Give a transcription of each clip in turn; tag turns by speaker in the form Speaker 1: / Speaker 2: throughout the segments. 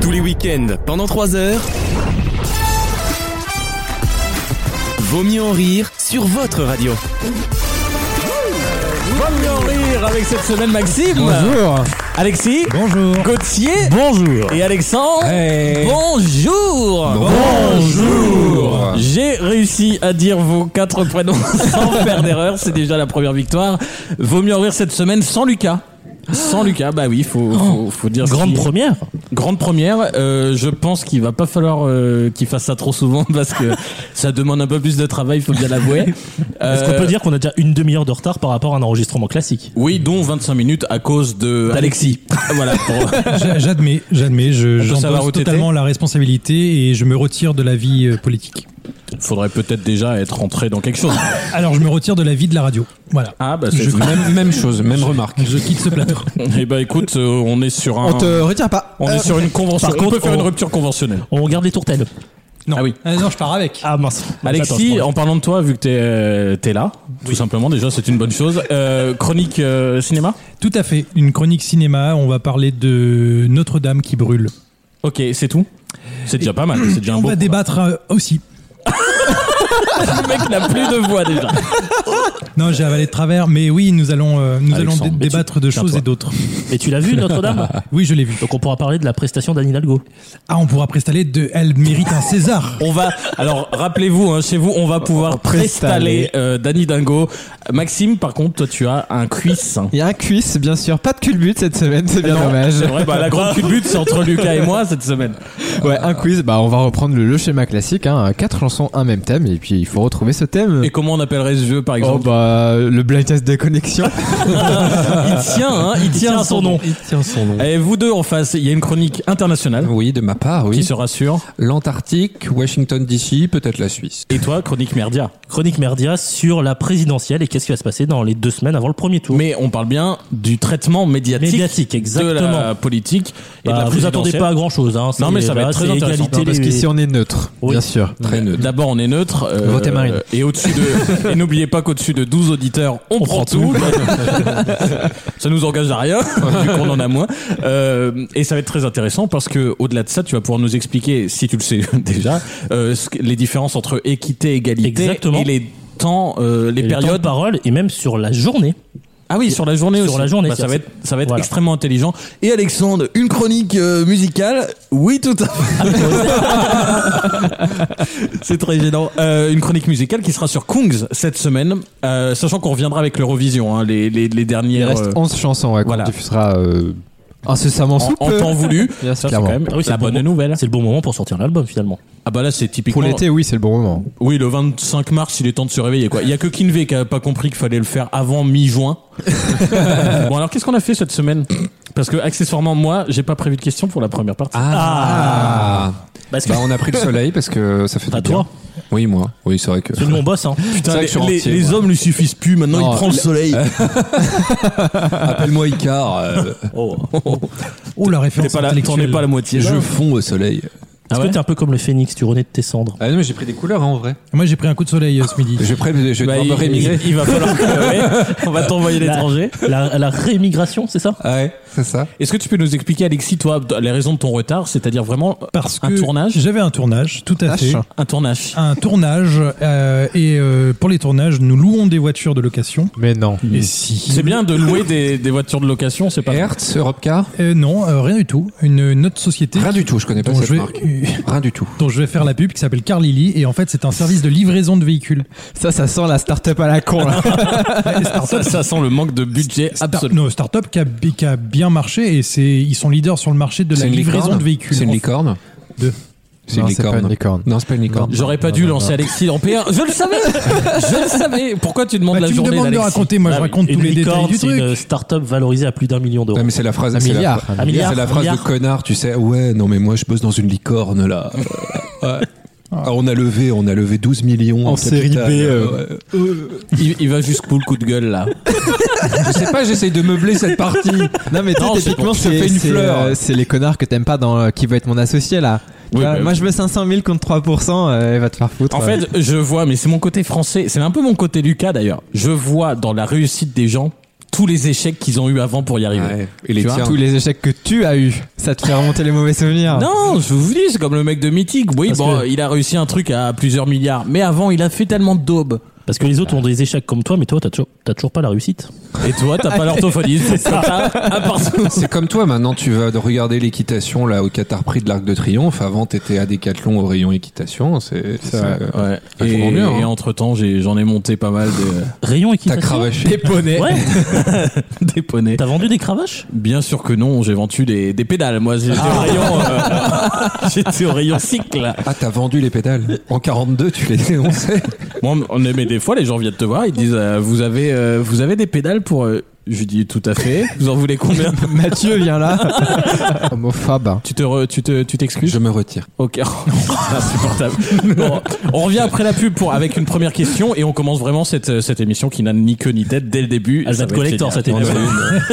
Speaker 1: Tous les week-ends, pendant 3 heures. Vaut mieux en rire sur votre radio.
Speaker 2: Vaut mieux en rire avec cette semaine Maxime.
Speaker 3: Bonjour.
Speaker 2: Alexis.
Speaker 3: Bonjour.
Speaker 2: Gauthier.
Speaker 1: Bonjour.
Speaker 2: Et Alexandre.
Speaker 3: Hey.
Speaker 2: Bonjour.
Speaker 3: Bonjour.
Speaker 2: J'ai réussi à dire vos quatre prénoms sans faire d'erreur. C'est déjà la première victoire. Vaut mieux en rire cette semaine sans Lucas. Sans Lucas, bah oui, faut, faut, faut dire. ce
Speaker 4: Grande
Speaker 2: qui-
Speaker 4: première
Speaker 2: Grande première. euh, je pense qu'il va pas falloir euh, qu'il fasse ça trop souvent parce que ça demande un peu plus de travail, faut bien l'avouer.
Speaker 4: Est-ce qu'on
Speaker 2: Euh,
Speaker 4: peut dire qu'on a déjà une demi-heure de retard par rapport à un enregistrement classique
Speaker 2: Oui, dont 25 minutes à cause de Alexis. voilà. pour-
Speaker 3: J'a- J'admets, j'admets, je,
Speaker 2: peut savoir
Speaker 3: j'endosse
Speaker 2: où t'étais
Speaker 3: totalement la responsabilité et je me retire de la vie euh, politique.
Speaker 2: Faudrait peut-être déjà être rentré dans quelque chose.
Speaker 3: Alors je me retire de la vie de la radio. Voilà.
Speaker 2: Ah bah
Speaker 3: Je-
Speaker 2: même, même chose, même remarque.
Speaker 3: Je quitte ce plateau.
Speaker 2: Eh bah écoute, euh, on est sur un,
Speaker 5: On te retire pas.
Speaker 2: on est sur une convention.
Speaker 4: par
Speaker 2: Euh, on
Speaker 4: contre,
Speaker 2: peut faire
Speaker 4: on-
Speaker 2: une rupture conventionnelle.
Speaker 4: On regarde les tourtelles.
Speaker 3: Non.
Speaker 2: Ah oui.
Speaker 3: non, je pars avec. Bah,
Speaker 4: Ah mince.
Speaker 2: Alexis,
Speaker 4: Attends,
Speaker 2: en parlant de toi, vu que t'es euh, t'es là, tout simplement déjà, c'est une bonne chose. Euh, chronique euh, cinéma.
Speaker 3: Tout à fait. Une chronique cinéma. On va parler de Notre-Dame qui brûle.
Speaker 2: Ok, c'est tout. C'est déjà pas mal. C'est déjà un
Speaker 3: On
Speaker 2: beau.
Speaker 3: va débattre euh, aussi.
Speaker 2: Le mec n'a plus de voix déjà.
Speaker 3: Non, j'ai avalé de travers, mais oui, nous allons, euh, nous allons
Speaker 2: Alexandre,
Speaker 3: dé-
Speaker 2: mais tu- Ah.
Speaker 3: débattre de choses
Speaker 2: tiens-toi.
Speaker 3: et d'autres.
Speaker 4: je pense. Et tu l'as vu Notre-Dame
Speaker 3: Oui, je l'ai vu.
Speaker 4: Donc on pourra parler de la prestation d'Anne Hidalgo.
Speaker 3: Ah, on pourra prestaller de. Elle mérite un César.
Speaker 2: On va. Alors rappelez-vous, hein, chez vous, on va pouvoir prestaller euh, Danny Dingo. Maxime, par contre, toi, tu as un cuissin.
Speaker 5: Il y a un cuisse, bien sûr. Pas de culbute cette semaine, c'est bien
Speaker 2: Non,
Speaker 5: Ah, dommage.
Speaker 2: C'est vrai, bah, la grande cul de but, c'est entre Lucas et moi cette semaine.
Speaker 5: Ouais, un quiz. Bah, on va reprendre le, le schéma classique. Hein. Quatre chansons, un même thème, et puis il faut retrouver ce thème.
Speaker 2: Et comment on appellerait ce jeu, par
Speaker 5: Oh
Speaker 2: exemple
Speaker 5: bah, le blind test de connexion.
Speaker 2: Il tient, hein, il tient à son nom.
Speaker 3: Il tient son nom.
Speaker 2: Et Eh, vous deux en face, il y a une chronique internationale
Speaker 6: Oui, de ma part,
Speaker 2: qui
Speaker 6: oui.
Speaker 2: sera sur.
Speaker 6: L'Antarctique, Washington DC, peut-être la Suisse.
Speaker 2: Et toi, chronique Merdia.
Speaker 4: Chronique Merdia sur la présidentielle et qu'est-ce qui va se passer dans les deux semaines avant le premier tour.
Speaker 2: Mais on parle bien du traitement médiatique,
Speaker 4: Médiatique,
Speaker 2: de la
Speaker 4: exactement.
Speaker 2: politique et
Speaker 4: Bah,
Speaker 2: de la
Speaker 4: vous attendez
Speaker 2: présidentielle.
Speaker 4: pas à grand chose. Hein.
Speaker 2: Non, mais
Speaker 4: C'est-
Speaker 2: ça va
Speaker 4: là,
Speaker 2: être très
Speaker 4: c'est
Speaker 2: intéressant.
Speaker 4: égalité,
Speaker 5: Non, parce
Speaker 4: les-
Speaker 5: qu'ici, on est neutre,
Speaker 4: Oui.
Speaker 5: bien sûr.
Speaker 6: Très neutre.
Speaker 2: D'abord, on est neutre. euh,
Speaker 5: Votez Marine.
Speaker 2: Et au-dessus de, et n'oubliez pas qu'au-dessus de 12 auditeurs, on, prend, tout. ça nous engage à rien, vu qu'on en a moins. Euh, et ça va être très intéressant parce que, au-delà de ça, tu vas pouvoir nous expliquer, si tu le sais déjà, euh, ce que- les différences entre équité, égalité
Speaker 4: Exactement.
Speaker 2: et les temps, euh, les
Speaker 4: les temps
Speaker 2: périodes.
Speaker 4: de parole et même sur la journée.
Speaker 2: Ah oui, sur la journée
Speaker 4: Sur
Speaker 2: aussi.
Speaker 4: la journée,
Speaker 2: Bah, ça va être, ça va être
Speaker 4: Voilà.
Speaker 2: extrêmement intelligent. Et Alexandre, une chronique euh, musicale Oui, tout à fait. C'est très gênant. Euh, une chronique musicale qui sera sur Kungs cette semaine, euh, sachant qu'on reviendra avec l'Eurovision, hein, les, les, les
Speaker 5: Il
Speaker 2: dernières
Speaker 5: reste
Speaker 2: euh,
Speaker 5: 11 chansons, ouais, qu'on
Speaker 2: voilà.
Speaker 5: diffusera euh, incessamment
Speaker 2: en,
Speaker 5: sous
Speaker 2: en
Speaker 5: peu.
Speaker 2: temps voulu.
Speaker 5: Bien
Speaker 2: Ça,
Speaker 5: sûr,
Speaker 2: c'est quand
Speaker 5: clairement.
Speaker 2: même
Speaker 4: Ah oui, c'est
Speaker 2: la
Speaker 4: le bon
Speaker 2: bonne
Speaker 4: moment.
Speaker 2: nouvelle.
Speaker 4: C'est le bon moment pour sortir l'album finalement.
Speaker 2: Ah bah là, c'est typiquement.
Speaker 5: Pour l'été, oui, c'est le bon moment.
Speaker 2: Oui, le 25 mars, il est temps de se réveiller. Quoi. Il y a que Kinvey qui a pas compris qu'il fallait le faire avant mi-juin. bon, alors qu'est-ce qu'on a fait cette semaine Parce que accessoirement, moi, j'ai pas prévu de questions pour la première partie.
Speaker 6: Ah,
Speaker 4: Parce que
Speaker 6: Bah, on a pris le soleil parce que ça fait
Speaker 4: Bah,
Speaker 6: du bien.
Speaker 4: toi.
Speaker 6: Oui, moi. Oui, c'est vrai que.
Speaker 4: c'est le mon boss. Hein.
Speaker 2: Putain,
Speaker 6: C'est vrai
Speaker 2: les,
Speaker 6: que je suis
Speaker 2: les-
Speaker 6: entier,
Speaker 2: les
Speaker 6: moi.
Speaker 2: hommes lui suffisent plus. Maintenant,
Speaker 6: Non,
Speaker 2: il prend le
Speaker 6: les-
Speaker 2: soleil.
Speaker 6: Appelle-moi Icar. euh,
Speaker 4: Oh.
Speaker 3: Oh,
Speaker 2: T'es
Speaker 3: la référence
Speaker 2: pas là, t'en es
Speaker 3: intellectuelle.
Speaker 2: pas à la moitié.
Speaker 6: je fonds au soleil.
Speaker 2: Ah
Speaker 4: Est-ce
Speaker 2: ouais
Speaker 4: que t'es un peu comme le phénix, tu renais de tes cendres
Speaker 6: Ah non, mais j'ai pris des couleurs hein, en vrai.
Speaker 3: Moi, j'ai pris un coup de soleil euh, ce midi.
Speaker 6: Je, pré... je vais
Speaker 2: Bah,
Speaker 6: devoir
Speaker 2: il,
Speaker 6: me rémigrer.
Speaker 2: il- il va falloir que ouais, on va t'envoyer
Speaker 4: La-
Speaker 2: l'étranger.
Speaker 4: la, la rémigration, c'est ça
Speaker 6: Ah ouais, c'est ça.
Speaker 2: Est-ce que tu peux nous expliquer, Alexis, toi, les raisons de ton retard, c'est-à-dire vraiment
Speaker 3: Parce que
Speaker 2: un tournage,
Speaker 3: J'avais un tournage, tout à
Speaker 5: Tâche.
Speaker 3: fait.
Speaker 2: un
Speaker 6: Ah,
Speaker 2: tournage.
Speaker 3: Un tournage, euh, et euh, pour les tournages, nous louons des voitures de location.
Speaker 5: Mais non.
Speaker 3: Et si
Speaker 2: C'est bien de louer des, des voitures de location, c'est pas.
Speaker 6: Hertz, Europcar.
Speaker 3: Euh, Non, euh, rien du tout. Une, une autre société.
Speaker 6: Rien du tout, je connais pas
Speaker 3: dont
Speaker 6: cette
Speaker 3: je vais-
Speaker 6: marque. Rien du tout.
Speaker 3: dont je vais faire la pub qui s'appelle Carlili et en fait c'est un service de livraison de véhicules.
Speaker 5: Ça, ça sent la start-up à la con, là.
Speaker 2: Ça, ça sent le manque de budget
Speaker 3: Star-
Speaker 2: absolu.
Speaker 3: no, start-up qui a, bi- qui a bien marché et c'est ils sont leaders sur le marché de la
Speaker 6: C'est une
Speaker 3: livraison
Speaker 6: licorne.
Speaker 3: de véhicules. Bah,
Speaker 6: C'est une licorne.
Speaker 3: Deux.
Speaker 6: C'est
Speaker 5: Non,
Speaker 6: une
Speaker 5: c'est pas
Speaker 6: licorne.
Speaker 5: une licorne.
Speaker 6: Non, c'est pas une licorne.
Speaker 2: J'aurais pas
Speaker 5: Non,
Speaker 2: dû
Speaker 5: non,
Speaker 2: lancer
Speaker 5: non.
Speaker 2: Alexis en P1. Je le savais Je le savais Pourquoi tu demandes
Speaker 3: Bah,
Speaker 2: la
Speaker 3: tu me
Speaker 2: journée
Speaker 3: demandes de
Speaker 2: d'Alexis
Speaker 3: raconter, moi je
Speaker 2: Ah oui.
Speaker 3: raconte tous
Speaker 4: Bah, Une
Speaker 3: les détails
Speaker 4: licorne,
Speaker 3: du
Speaker 4: c'est
Speaker 3: truc.
Speaker 4: une start-up valorisée à plus d'un million d'euros.
Speaker 6: Non, mais c'est la phrase.
Speaker 5: Un
Speaker 6: c'est la-
Speaker 5: milliard.
Speaker 4: Un milliard,
Speaker 6: C'est la
Speaker 4: un
Speaker 6: phrase
Speaker 4: milliard.
Speaker 6: de connard, tu sais. Ouais, non, mais moi, je bosse dans une licorne, là. Euh, ouais. Ah, on a levé, on a levé 12 millions.
Speaker 5: En
Speaker 6: capital.
Speaker 5: série B, euh.
Speaker 6: Ouais.
Speaker 2: Il, il va jusqu'où le coup de gueule là
Speaker 6: Je sais pas, j'essaye de meubler cette partie.
Speaker 5: Non mais
Speaker 2: Non,
Speaker 5: toi
Speaker 2: c'est
Speaker 5: typiquement
Speaker 2: pour- je te
Speaker 5: c'est
Speaker 2: fais une
Speaker 5: c'est,
Speaker 2: fleur.
Speaker 5: euh, c'est les connards que t'aimes pas dans euh, qui veut être mon associé là. Tu
Speaker 2: Oui,
Speaker 5: vois,
Speaker 2: bah,
Speaker 5: moi
Speaker 2: oui.
Speaker 5: je veux 500 000 contre 3%, euh, elle va te faire foutre.
Speaker 2: En
Speaker 5: ouais.
Speaker 2: fait, je vois, mais c'est mon côté français, c'est un peu mon côté Lucas d'ailleurs. Je vois dans la réussite des gens tous les échecs qu'ils ont eu avant pour y arriver.
Speaker 6: Ouais. Et
Speaker 5: Tu
Speaker 6: les
Speaker 5: vois,
Speaker 6: tiens.
Speaker 5: tous les échecs que tu as eu, ça te fait remonter les mauvais souvenirs.
Speaker 2: Non, je vous dis, c'est comme le mec de Mythique. Oui,
Speaker 4: Parce
Speaker 2: bon,
Speaker 4: que-
Speaker 2: il a réussi un truc à plusieurs milliards, mais avant, il a fait tellement de daubes.
Speaker 4: Parce que les autres ont des échecs comme toi, mais toi, t'as toujours, t'as toujours pas la réussite.
Speaker 2: Et toi, t'as pas l'orthophonisme. c'est ça. À part ça.
Speaker 6: C'est comme toi maintenant, tu vas regarder l'équitation là au Qatar Prix de l'Arc de Triomphe. Avant, t'étais à Décathlon au rayon équitation. C'est c'est-
Speaker 5: vrai.
Speaker 6: euh,
Speaker 2: Ouais.
Speaker 6: Ah, je
Speaker 2: Et,
Speaker 6: comprends bien, hein.
Speaker 2: et entre temps, j'en ai, monté pas mal de,
Speaker 4: Rayon
Speaker 6: T'as
Speaker 4: équitation.
Speaker 6: cravaché.
Speaker 5: poney.
Speaker 4: Ouais,
Speaker 2: des poneys.
Speaker 4: t'as vendu des cravaches
Speaker 2: Bien sûr que non, j'ai vendu des, des pédales. Moi, j'étais au rayon, euh, j'étais au rayon cycle.
Speaker 6: Ah, t'as vendu les pédales. En 42, tu les dénonçais.
Speaker 2: Moi, on aimait des fois, les gens viennent te voir, ils disent euh, vous avez euh, vous avez des pédales pour. euh, Je dis tout à fait. Vous en voulez combien
Speaker 5: Mathieu vient là. Homophobe.
Speaker 2: Tu te re- tu te tu t'excuses
Speaker 6: Je me retire.
Speaker 2: Ok. C'est insupportable. Bon, on revient après la pub pour avec une première question et on commence vraiment cette euh, cette émission qui n'a ni queue ni tête dès le début.
Speaker 4: Elle
Speaker 2: Ça
Speaker 4: va être
Speaker 2: va être
Speaker 4: collector,
Speaker 2: génial.
Speaker 4: cette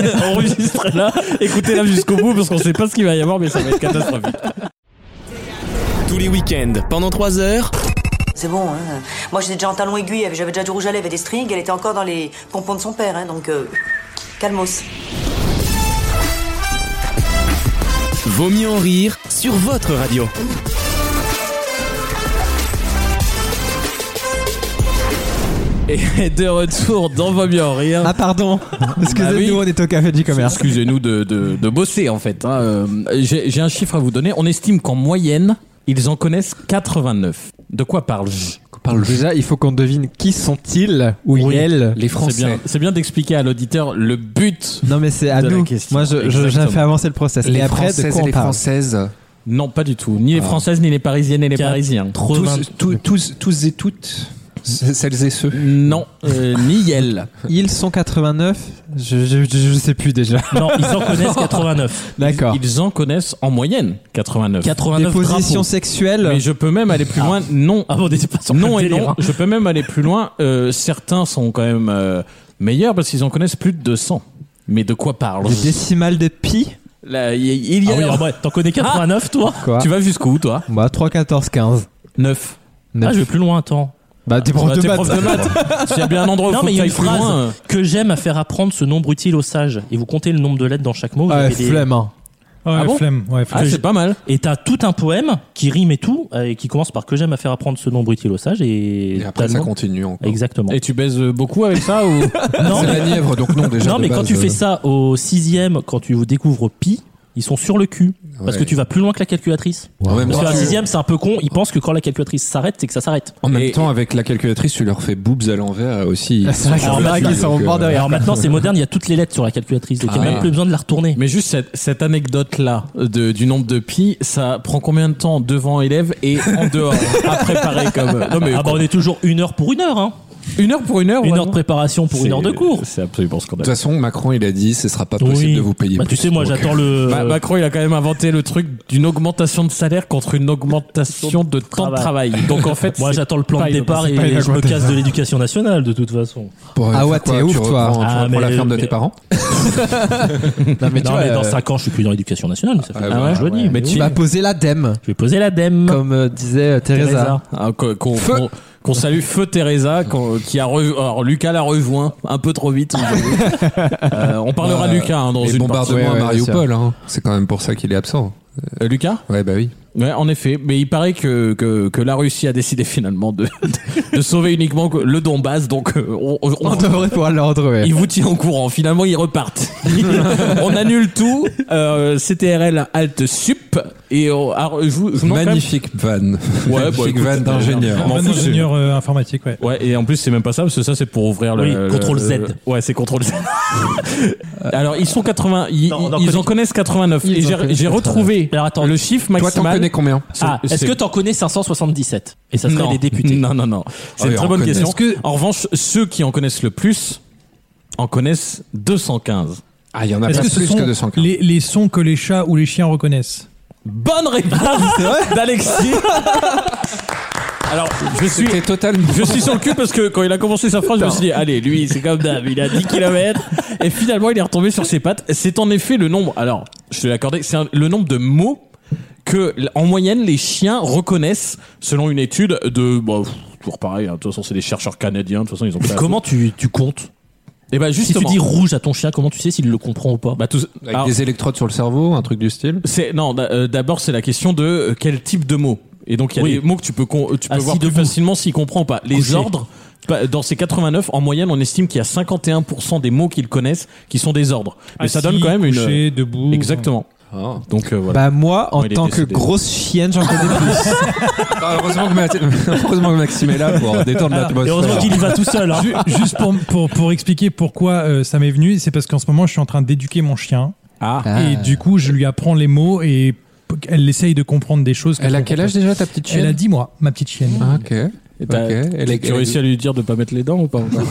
Speaker 4: émission.
Speaker 2: Enregistrez-la, écoutez-la jusqu'au bout parce qu'on sait pas ce qu'il va y avoir, mais ça va être catastrophique.
Speaker 1: Tous les week-ends, pendant 3 heures,
Speaker 7: C'est bon, hein. Moi, j'étais déjà en talon aiguille, j'avais déjà du rouge à lèvres et des strings, elle était encore dans les pompons de son père, hein, donc euh, calmos.
Speaker 1: Vaut mieux en rire sur votre radio.
Speaker 2: Et de retour dans Vaut mieux en rire.
Speaker 5: Ah pardon. Excusez-nous,
Speaker 2: Bah oui.
Speaker 5: on est au café du commerce.
Speaker 2: Excusez-nous de, de, de bosser en fait. hein. Euh, J'ai j'ai un chiffre à vous donner. On estime qu'en moyenne, ils en connaissent 89. De quoi parle-je
Speaker 5: Déjà, il faut qu'on devine qui sont-ils ou
Speaker 2: Oui.
Speaker 5: elles.
Speaker 6: Les
Speaker 2: C'est
Speaker 6: Français.
Speaker 2: bien, c'est bien d'expliquer à l'auditeur le but.
Speaker 5: Non mais c'est à
Speaker 2: De la
Speaker 5: nous.
Speaker 2: question.
Speaker 5: Moi, je, je- j'ai
Speaker 2: Exactement.
Speaker 5: fait avancer le process.
Speaker 6: Les
Speaker 5: et après, de
Speaker 6: Françaises
Speaker 5: quoi
Speaker 6: et
Speaker 5: on
Speaker 6: les
Speaker 5: parle
Speaker 6: Françaises.
Speaker 2: Non, pas du tout. Ni les Françaises, ni les Parisiennes, ni les
Speaker 4: Quatre-
Speaker 2: Parisiens.
Speaker 4: Trop
Speaker 6: Tous,
Speaker 4: vingt-
Speaker 6: tous, tous, tous et toutes. C- Celles et ceux.
Speaker 2: Non, euh, ni elles.
Speaker 5: Ils sont 89. Je, je, je- je sais plus déjà.
Speaker 4: Non, ils en connaissent 89.
Speaker 5: D'accord.
Speaker 2: Ils en connaissent en moyenne 89.
Speaker 5: Les
Speaker 4: 89
Speaker 5: positions
Speaker 4: drapeaux.
Speaker 5: sexuelles.
Speaker 2: Mais je peux même aller plus loin. Non,
Speaker 4: Ah bon, on était pas sur
Speaker 2: non
Speaker 4: le
Speaker 2: et
Speaker 4: délire,
Speaker 2: non.
Speaker 4: hein.
Speaker 2: Je peux même aller plus loin. Euh, certains sont quand même euh, meilleurs parce qu'ils en connaissent plus de 200. Mais de quoi parle
Speaker 5: Les décimales de pi.
Speaker 2: Là, il y a- il y
Speaker 4: Ah
Speaker 2: a-
Speaker 4: oui, en vrai, t'en connais 89 toi
Speaker 5: Quoi
Speaker 2: Tu vas jusqu'où, toi
Speaker 5: Bah 3, 14, 15.
Speaker 2: 9.
Speaker 4: Ah, je Ah, vais plus loin, attends.
Speaker 5: Bah t'es prof de maths.
Speaker 2: prof de maths. S'il y a bien un endroit où
Speaker 4: Non,
Speaker 2: faut
Speaker 4: mais il y
Speaker 2: que
Speaker 4: a une
Speaker 2: t'ailles plus loin, euh,
Speaker 4: phrase que j'aime à faire apprendre ce nombre utile aux sages. Et vous comptez le nombre de lettres dans chaque mot. vous
Speaker 5: Ouais,
Speaker 4: avez des-
Speaker 5: flemme. hein.
Speaker 3: Ah,
Speaker 2: Ah bon
Speaker 3: flemme. Ouais,
Speaker 2: Ah,
Speaker 3: flemme.
Speaker 2: c'est pas mal.
Speaker 4: Et t'as tout un poème qui rime et tout, euh, et qui commence par que j'aime à faire apprendre ce nombre utile aux sages. Et,
Speaker 6: Et après,
Speaker 4: t'as
Speaker 6: ça
Speaker 4: le nom.
Speaker 6: continue encore. Ah,
Speaker 4: Exactement.
Speaker 2: Et tu baises euh, beaucoup avec ça ou
Speaker 4: Non,
Speaker 6: C'est
Speaker 4: mais,
Speaker 6: la Nièvre, donc non, déjà.
Speaker 4: non,
Speaker 6: de
Speaker 4: mais quand
Speaker 6: base,
Speaker 4: tu fais
Speaker 6: euh,
Speaker 4: ça au sixième, quand tu découvres pi, ils sont sur le cul. Parce
Speaker 6: Ouais.
Speaker 4: que tu vas plus loin que la calculatrice.
Speaker 6: En même
Speaker 4: Parce
Speaker 6: temps,
Speaker 4: qu'à
Speaker 6: tu-
Speaker 4: sixième, c'est un peu con. Ils pensent que quand la calculatrice s'arrête, c'est que ça s'arrête.
Speaker 6: En même
Speaker 2: Et-
Speaker 6: temps, avec la calculatrice, tu leur fais boobs à l'envers euh, aussi.
Speaker 5: Ah, c'est vrai
Speaker 6: Ils
Speaker 5: qu'on
Speaker 6: sont
Speaker 5: blague,
Speaker 6: là-dessus,
Speaker 5: ils sont
Speaker 6: donc,
Speaker 5: au bord de
Speaker 6: euh,
Speaker 5: rien.
Speaker 4: Alors maintenant, c'est moderne. Il y a toutes les lettres sur la calculatrice, donc il n'y a
Speaker 6: Ah.
Speaker 4: même plus besoin de la retourner.
Speaker 2: Mais juste cette, cette anecdote-là de- du nombre de pi, ça prend combien de temps devant élève et en dehors à préparer
Speaker 6: euh,
Speaker 2: comme non mais
Speaker 4: ah bah, on est toujours une heure pour une heure. Hein.
Speaker 2: une heure pour une heure
Speaker 4: Une
Speaker 2: vraiment
Speaker 4: heure de préparation pour une heure de cours.
Speaker 2: C'est absolument
Speaker 6: De
Speaker 2: scandaleux.
Speaker 6: toute façon, Macron, il a dit, ce sera pas possible
Speaker 4: Oui.
Speaker 6: de vous payer
Speaker 4: Bah, tu
Speaker 6: plus. Bah,
Speaker 4: sais, moi,
Speaker 6: Donc,
Speaker 4: j'attends le.
Speaker 2: Ma- Bah, Macron, il a quand même inventé le truc d'une augmentation de salaire contre une augmentation de temps de travail. Donc en fait,
Speaker 4: Moi,
Speaker 2: c'est-
Speaker 4: j'attends le plan
Speaker 2: pas
Speaker 4: de
Speaker 2: une-
Speaker 4: départ
Speaker 2: c'est
Speaker 4: et
Speaker 2: pas une
Speaker 4: je me casse de l'éducation nationale, de toute façon.
Speaker 6: Pour,
Speaker 5: Ah
Speaker 6: faire
Speaker 5: ouais,
Speaker 6: quoi,
Speaker 5: t'es
Speaker 6: tu
Speaker 5: ouf, toi.
Speaker 6: reprends- Tu
Speaker 4: Ah,
Speaker 6: reprends la
Speaker 4: mais-
Speaker 6: ferme de
Speaker 4: mais-
Speaker 6: tes parents
Speaker 5: Non mais tu
Speaker 4: non,
Speaker 5: vois,
Speaker 4: mais dans
Speaker 5: euh,
Speaker 4: 5 ans, je suis plus dans l'éducation nationale. mais Ça fait
Speaker 6: Ah
Speaker 4: pas
Speaker 6: ouais,
Speaker 4: mal, je le dis.
Speaker 2: mais
Speaker 4: Mais
Speaker 5: tu
Speaker 4: oui.
Speaker 5: vas poser la dème,
Speaker 4: Je vais poser la dème.
Speaker 5: comme euh, disait euh, Teresa.
Speaker 4: Teresa.
Speaker 2: Ah, qu'on- qu'on
Speaker 5: Feu.
Speaker 2: qu'on- qu'on salue Feu Teresa, qu'on- qui a rejo- alors, Lucas l'a rejoint un peu trop vite. aujourd'hui. Euh, on parlera de
Speaker 6: Ouais,
Speaker 2: Lucas hein, dans
Speaker 6: Les
Speaker 2: une partie.
Speaker 6: bombardements
Speaker 5: Ouais, ouais,
Speaker 6: à
Speaker 5: bien sûr.
Speaker 6: Mariupol, hein. c'est quand même pour ça qu'il est absent.
Speaker 2: Euh, Lucas
Speaker 6: Ouais, bah oui.
Speaker 2: Ouais, en effet. Mais il paraît que, que, que la Russie a décidé finalement de, de sauver uniquement le Donbass. Donc, euh, on, on-
Speaker 5: On devrait pouvoir le retrouver.
Speaker 2: ils vous tient au courant. Finalement, ils repartent. on annule tout. Euh, CTRL Alt Sup. Et on- alors, je vous- je vous demande quand même-
Speaker 6: Magnifique van.
Speaker 2: Ouais, bah,
Speaker 6: Magnifique
Speaker 2: écoute,
Speaker 6: van
Speaker 2: c'est-
Speaker 6: d'ingénieur.
Speaker 2: m'en
Speaker 3: Un
Speaker 2: fous, c'est-
Speaker 3: ingénieur euh, informatique, ouais.
Speaker 2: Ouais, et en plus, c'est même pas ça, parce que ça, c'est pour ouvrir le.
Speaker 4: Oui,
Speaker 2: le-
Speaker 4: contrôle
Speaker 2: le-
Speaker 4: Z.
Speaker 2: Ouais, c'est contrôle Z. Alors, ils sont 80. Ils,
Speaker 4: Non, on en
Speaker 2: ils en
Speaker 4: connaît-
Speaker 2: connaissent 89.
Speaker 5: Ils
Speaker 2: et
Speaker 5: en
Speaker 2: j'ai-
Speaker 5: connaissent
Speaker 2: j'ai
Speaker 5: 89.
Speaker 2: retrouvé
Speaker 4: Alors, attends.
Speaker 2: le chiffre
Speaker 6: Toi, t'en
Speaker 2: maximal.
Speaker 6: connais combien
Speaker 4: Ah,
Speaker 2: C'est-
Speaker 4: est-ce que t'en connais 577 Et ça serait
Speaker 2: Non.
Speaker 4: les députés.
Speaker 2: Non, non, non. C'est
Speaker 6: Ah oui,
Speaker 2: une très
Speaker 6: on
Speaker 2: bonne
Speaker 6: connaît.
Speaker 2: question.
Speaker 6: Est-ce que-
Speaker 2: En revanche, ceux qui en connaissent le plus en connaissent 215.
Speaker 6: Ah, il y en a
Speaker 3: Est-ce
Speaker 6: pas
Speaker 3: que ce
Speaker 6: plus
Speaker 3: sont
Speaker 6: que 240.
Speaker 3: les, les sons que les chats ou les chiens reconnaissent
Speaker 2: Bonne réponse d'Alexis. Alors, je suis.
Speaker 6: C'était totalement.
Speaker 2: Je suis sur le cul parce que quand il a commencé sa phrase, je me suis dit, allez, lui, c'est comme d'hab, il a 10 km. Et finalement, il est retombé sur ses pattes. C'est en effet le nombre, alors, je te l'ai accordé, c'est un- le nombre de mots que, l- en moyenne, les chiens reconnaissent selon une étude de, bah, pff, toujours pareil, hein, de toute façon, c'est des chercheurs canadiens, de toute façon, ils ont fait la
Speaker 4: Comment tu, tu comptes
Speaker 2: Et bah
Speaker 4: Si tu
Speaker 2: justement.
Speaker 4: dis rouge à ton chien, comment tu sais s'il le comprend ou pas
Speaker 2: bah, tout-
Speaker 4: Ah,
Speaker 6: Avec
Speaker 2: alors,
Speaker 6: des électrodes sur le cerveau, un truc du style.
Speaker 2: c'est- non, d'a- euh, d'abord c'est la question de euh, quel type de mots. Et donc il y a
Speaker 4: Oui.
Speaker 2: des mots que tu peux, con- euh, tu peux
Speaker 4: Assis
Speaker 2: voir plus
Speaker 4: debout.
Speaker 2: facilement s'il comprend ou pas. Les
Speaker 4: Couché.
Speaker 2: ordres, pas- dans ces 89, en moyenne, on estime qu'il y a 51% des mots qu'ils connaissent qui sont des ordres. Mais ça donne
Speaker 3: Assis,
Speaker 2: quand même une.
Speaker 3: couché, debout.
Speaker 2: Exactement. Donc euh, voilà.
Speaker 5: Bah moi, en
Speaker 2: il est
Speaker 5: tant que
Speaker 2: décédé.
Speaker 5: grosse chienne, j'en connais plus.
Speaker 6: Ah, heureusement, que Math- heureusement que Maxime est là pour détendre
Speaker 4: Et heureusement
Speaker 6: l'atmosphère.
Speaker 4: qu'il y va tout seul. hein.
Speaker 3: Ju- Juste pour, pour, pour expliquer pourquoi euh, ça m'est venu, c'est parce qu'en ce moment, je suis en train d'éduquer mon chien.
Speaker 2: Ah.
Speaker 3: Et du coup, je lui apprends les mots et p- elle essaye de comprendre des choses. que
Speaker 5: Elle a
Speaker 3: je
Speaker 5: quel
Speaker 3: comprends
Speaker 5: âge déjà ta petite
Speaker 3: pas. Elle a
Speaker 5: chienne
Speaker 3: 10 mois, ma petite chienne.
Speaker 5: Ah, Ok.
Speaker 2: Et t'as-
Speaker 6: Ok,
Speaker 2: tu-
Speaker 6: elle est-
Speaker 2: tu
Speaker 6: elle est-
Speaker 2: réussis à lui dire de pas mettre les dents ou pas encore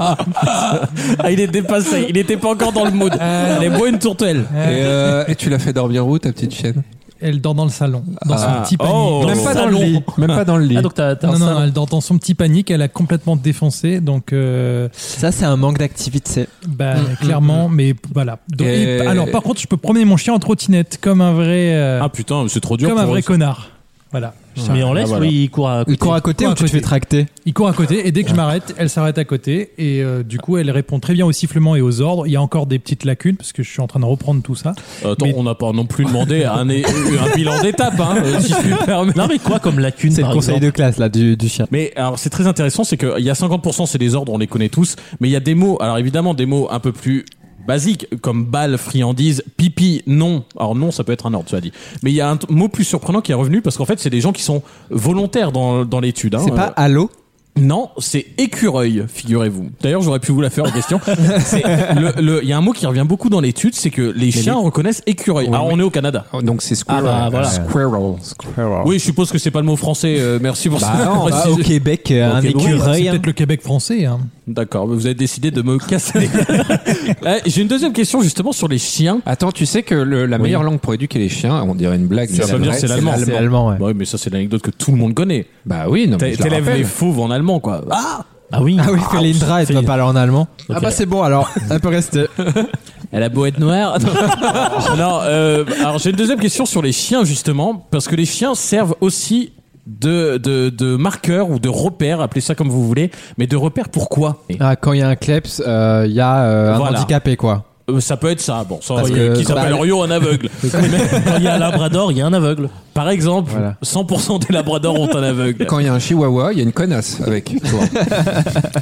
Speaker 2: Ah, il est dépassé. Il était pas encore dans le mood. Allez, bois une tourtelle.
Speaker 6: Et, euh, et tu l'as fait dormir où ta petite chienne
Speaker 3: Elle dort dans le salon, dans
Speaker 2: Ah.
Speaker 3: son petit panier.
Speaker 2: Oh.
Speaker 3: Dans
Speaker 2: Même
Speaker 3: son-
Speaker 2: pas dans le lit.
Speaker 5: Même pas dans le lit.
Speaker 4: Ah, donc t'as t'as un
Speaker 3: Non, non,
Speaker 4: salon.
Speaker 3: elle dort dans son petit panier qu'elle a complètement défoncé. Donc, euh,
Speaker 5: Ça, c'est un manque d'activité.
Speaker 3: bah, clairement, mais voilà. Donc,
Speaker 6: Et-
Speaker 3: et- alors, par contre, je peux promener mon chien en trottinette comme un vrai, euh,
Speaker 2: Ah putain, c'est trop dur.
Speaker 3: comme un
Speaker 2: pour
Speaker 3: vrai
Speaker 2: eux, ça.
Speaker 3: connard. Voilà.
Speaker 4: Mais on laisse,
Speaker 2: Ah, voilà.
Speaker 4: oui, il court à côté.
Speaker 5: Il court à côté
Speaker 3: Court
Speaker 5: ou
Speaker 3: à
Speaker 5: tu te
Speaker 3: côté.
Speaker 5: fais tracter
Speaker 3: Il court à côté et dès que je m'arrête, elle s'arrête à côté et euh, du coup, elle répond très bien aux sifflements et aux ordres. Il y a encore des petites lacunes parce que je suis en train de reprendre tout ça.
Speaker 2: Attends,
Speaker 3: Mais-
Speaker 2: on n'a pas non plus demandé un, é- un bilan d'étape, hein, euh, si je puis me permettre.
Speaker 4: Non, mais quoi comme lacune
Speaker 5: C'est le
Speaker 4: par
Speaker 5: conseil
Speaker 4: exemple
Speaker 5: de classe là du, du chien.
Speaker 2: Mais alors c'est très intéressant, c'est qu'il y a 50% c'est des ordres, on les connaît tous, mais il y a des mots, alors évidemment des mots un peu plus basiques comme balle, friandise, pipi, non. Alors non, ça peut être un ordre, tu as dit. Mais il y a un t- mot plus surprenant qui est revenu parce qu'en fait c'est des gens qui sont volontaires dans, dans l'étude. hein.
Speaker 5: C'est pas allô
Speaker 2: Euh, Non, c'est écureuil, figurez-vous. D'ailleurs j'aurais pu vous la faire en question. C'est le- le- Il y a un mot qui revient beaucoup dans l'étude, c'est que les chiens reconnaissent écureuil. alors on est au Canada.
Speaker 6: Oh, Donc c'est squirrel.
Speaker 4: Ah, bah, voilà.
Speaker 6: Squirrel.
Speaker 2: Oui, je suppose que c'est pas le mot français. euh, merci pour ça.
Speaker 5: bah, Au Québec,
Speaker 2: Au
Speaker 5: un
Speaker 2: Québec, ouais,
Speaker 5: écureuil.
Speaker 3: C'est
Speaker 5: hein.
Speaker 3: peut-être le Québec français. hein.
Speaker 2: D'accord, mais vous avez décidé de me casser. Euh, J'ai une deuxième question justement sur les chiens.
Speaker 6: Attends, tu sais que le- la meilleure langue pour éduquer les chiens, on dirait une blague.
Speaker 2: Tu
Speaker 6: mais
Speaker 2: vas
Speaker 6: la
Speaker 2: pas me dire
Speaker 6: vraie,
Speaker 2: c'est l'allemand.
Speaker 5: C'est allemand, ouais.
Speaker 2: Ouais, mais ça c'est l'anecdote que tout le monde connaît.
Speaker 6: Bah oui, non, mais
Speaker 2: T'é-
Speaker 6: je la
Speaker 2: T'élèves
Speaker 6: rappelle.
Speaker 2: les fauves en allemand quoi. Ah
Speaker 4: Ah oui.
Speaker 5: Ah oui, Felindra, elle doit parler en allemand. Ah
Speaker 4: Ok.
Speaker 5: bah c'est bon alors, elle peut rester.
Speaker 2: Elle a beau être noire. non, euh, alors j'ai une deuxième question sur les chiens justement, parce que les chiens servent aussi de, de, de marqueurs ou de repères, appelez ça comme vous voulez, mais de repères pourquoi
Speaker 5: Ah, quand il y a un kleps, euh, il y a euh, un
Speaker 2: Voilà.
Speaker 5: handicapé quoi.
Speaker 2: Euh, Ça peut être ça, bon, ça,
Speaker 5: Parce
Speaker 2: euh,
Speaker 5: que-
Speaker 2: qui s'appelle
Speaker 5: bah,
Speaker 2: Rio un aveugle.
Speaker 4: Quand il y a un labrador, il y a un aveugle.
Speaker 2: Par exemple,
Speaker 5: Voilà.
Speaker 2: 100% des labradors ont un aveugle.
Speaker 6: Quand il y a un chihuahua, il y a une connasse avec. toi.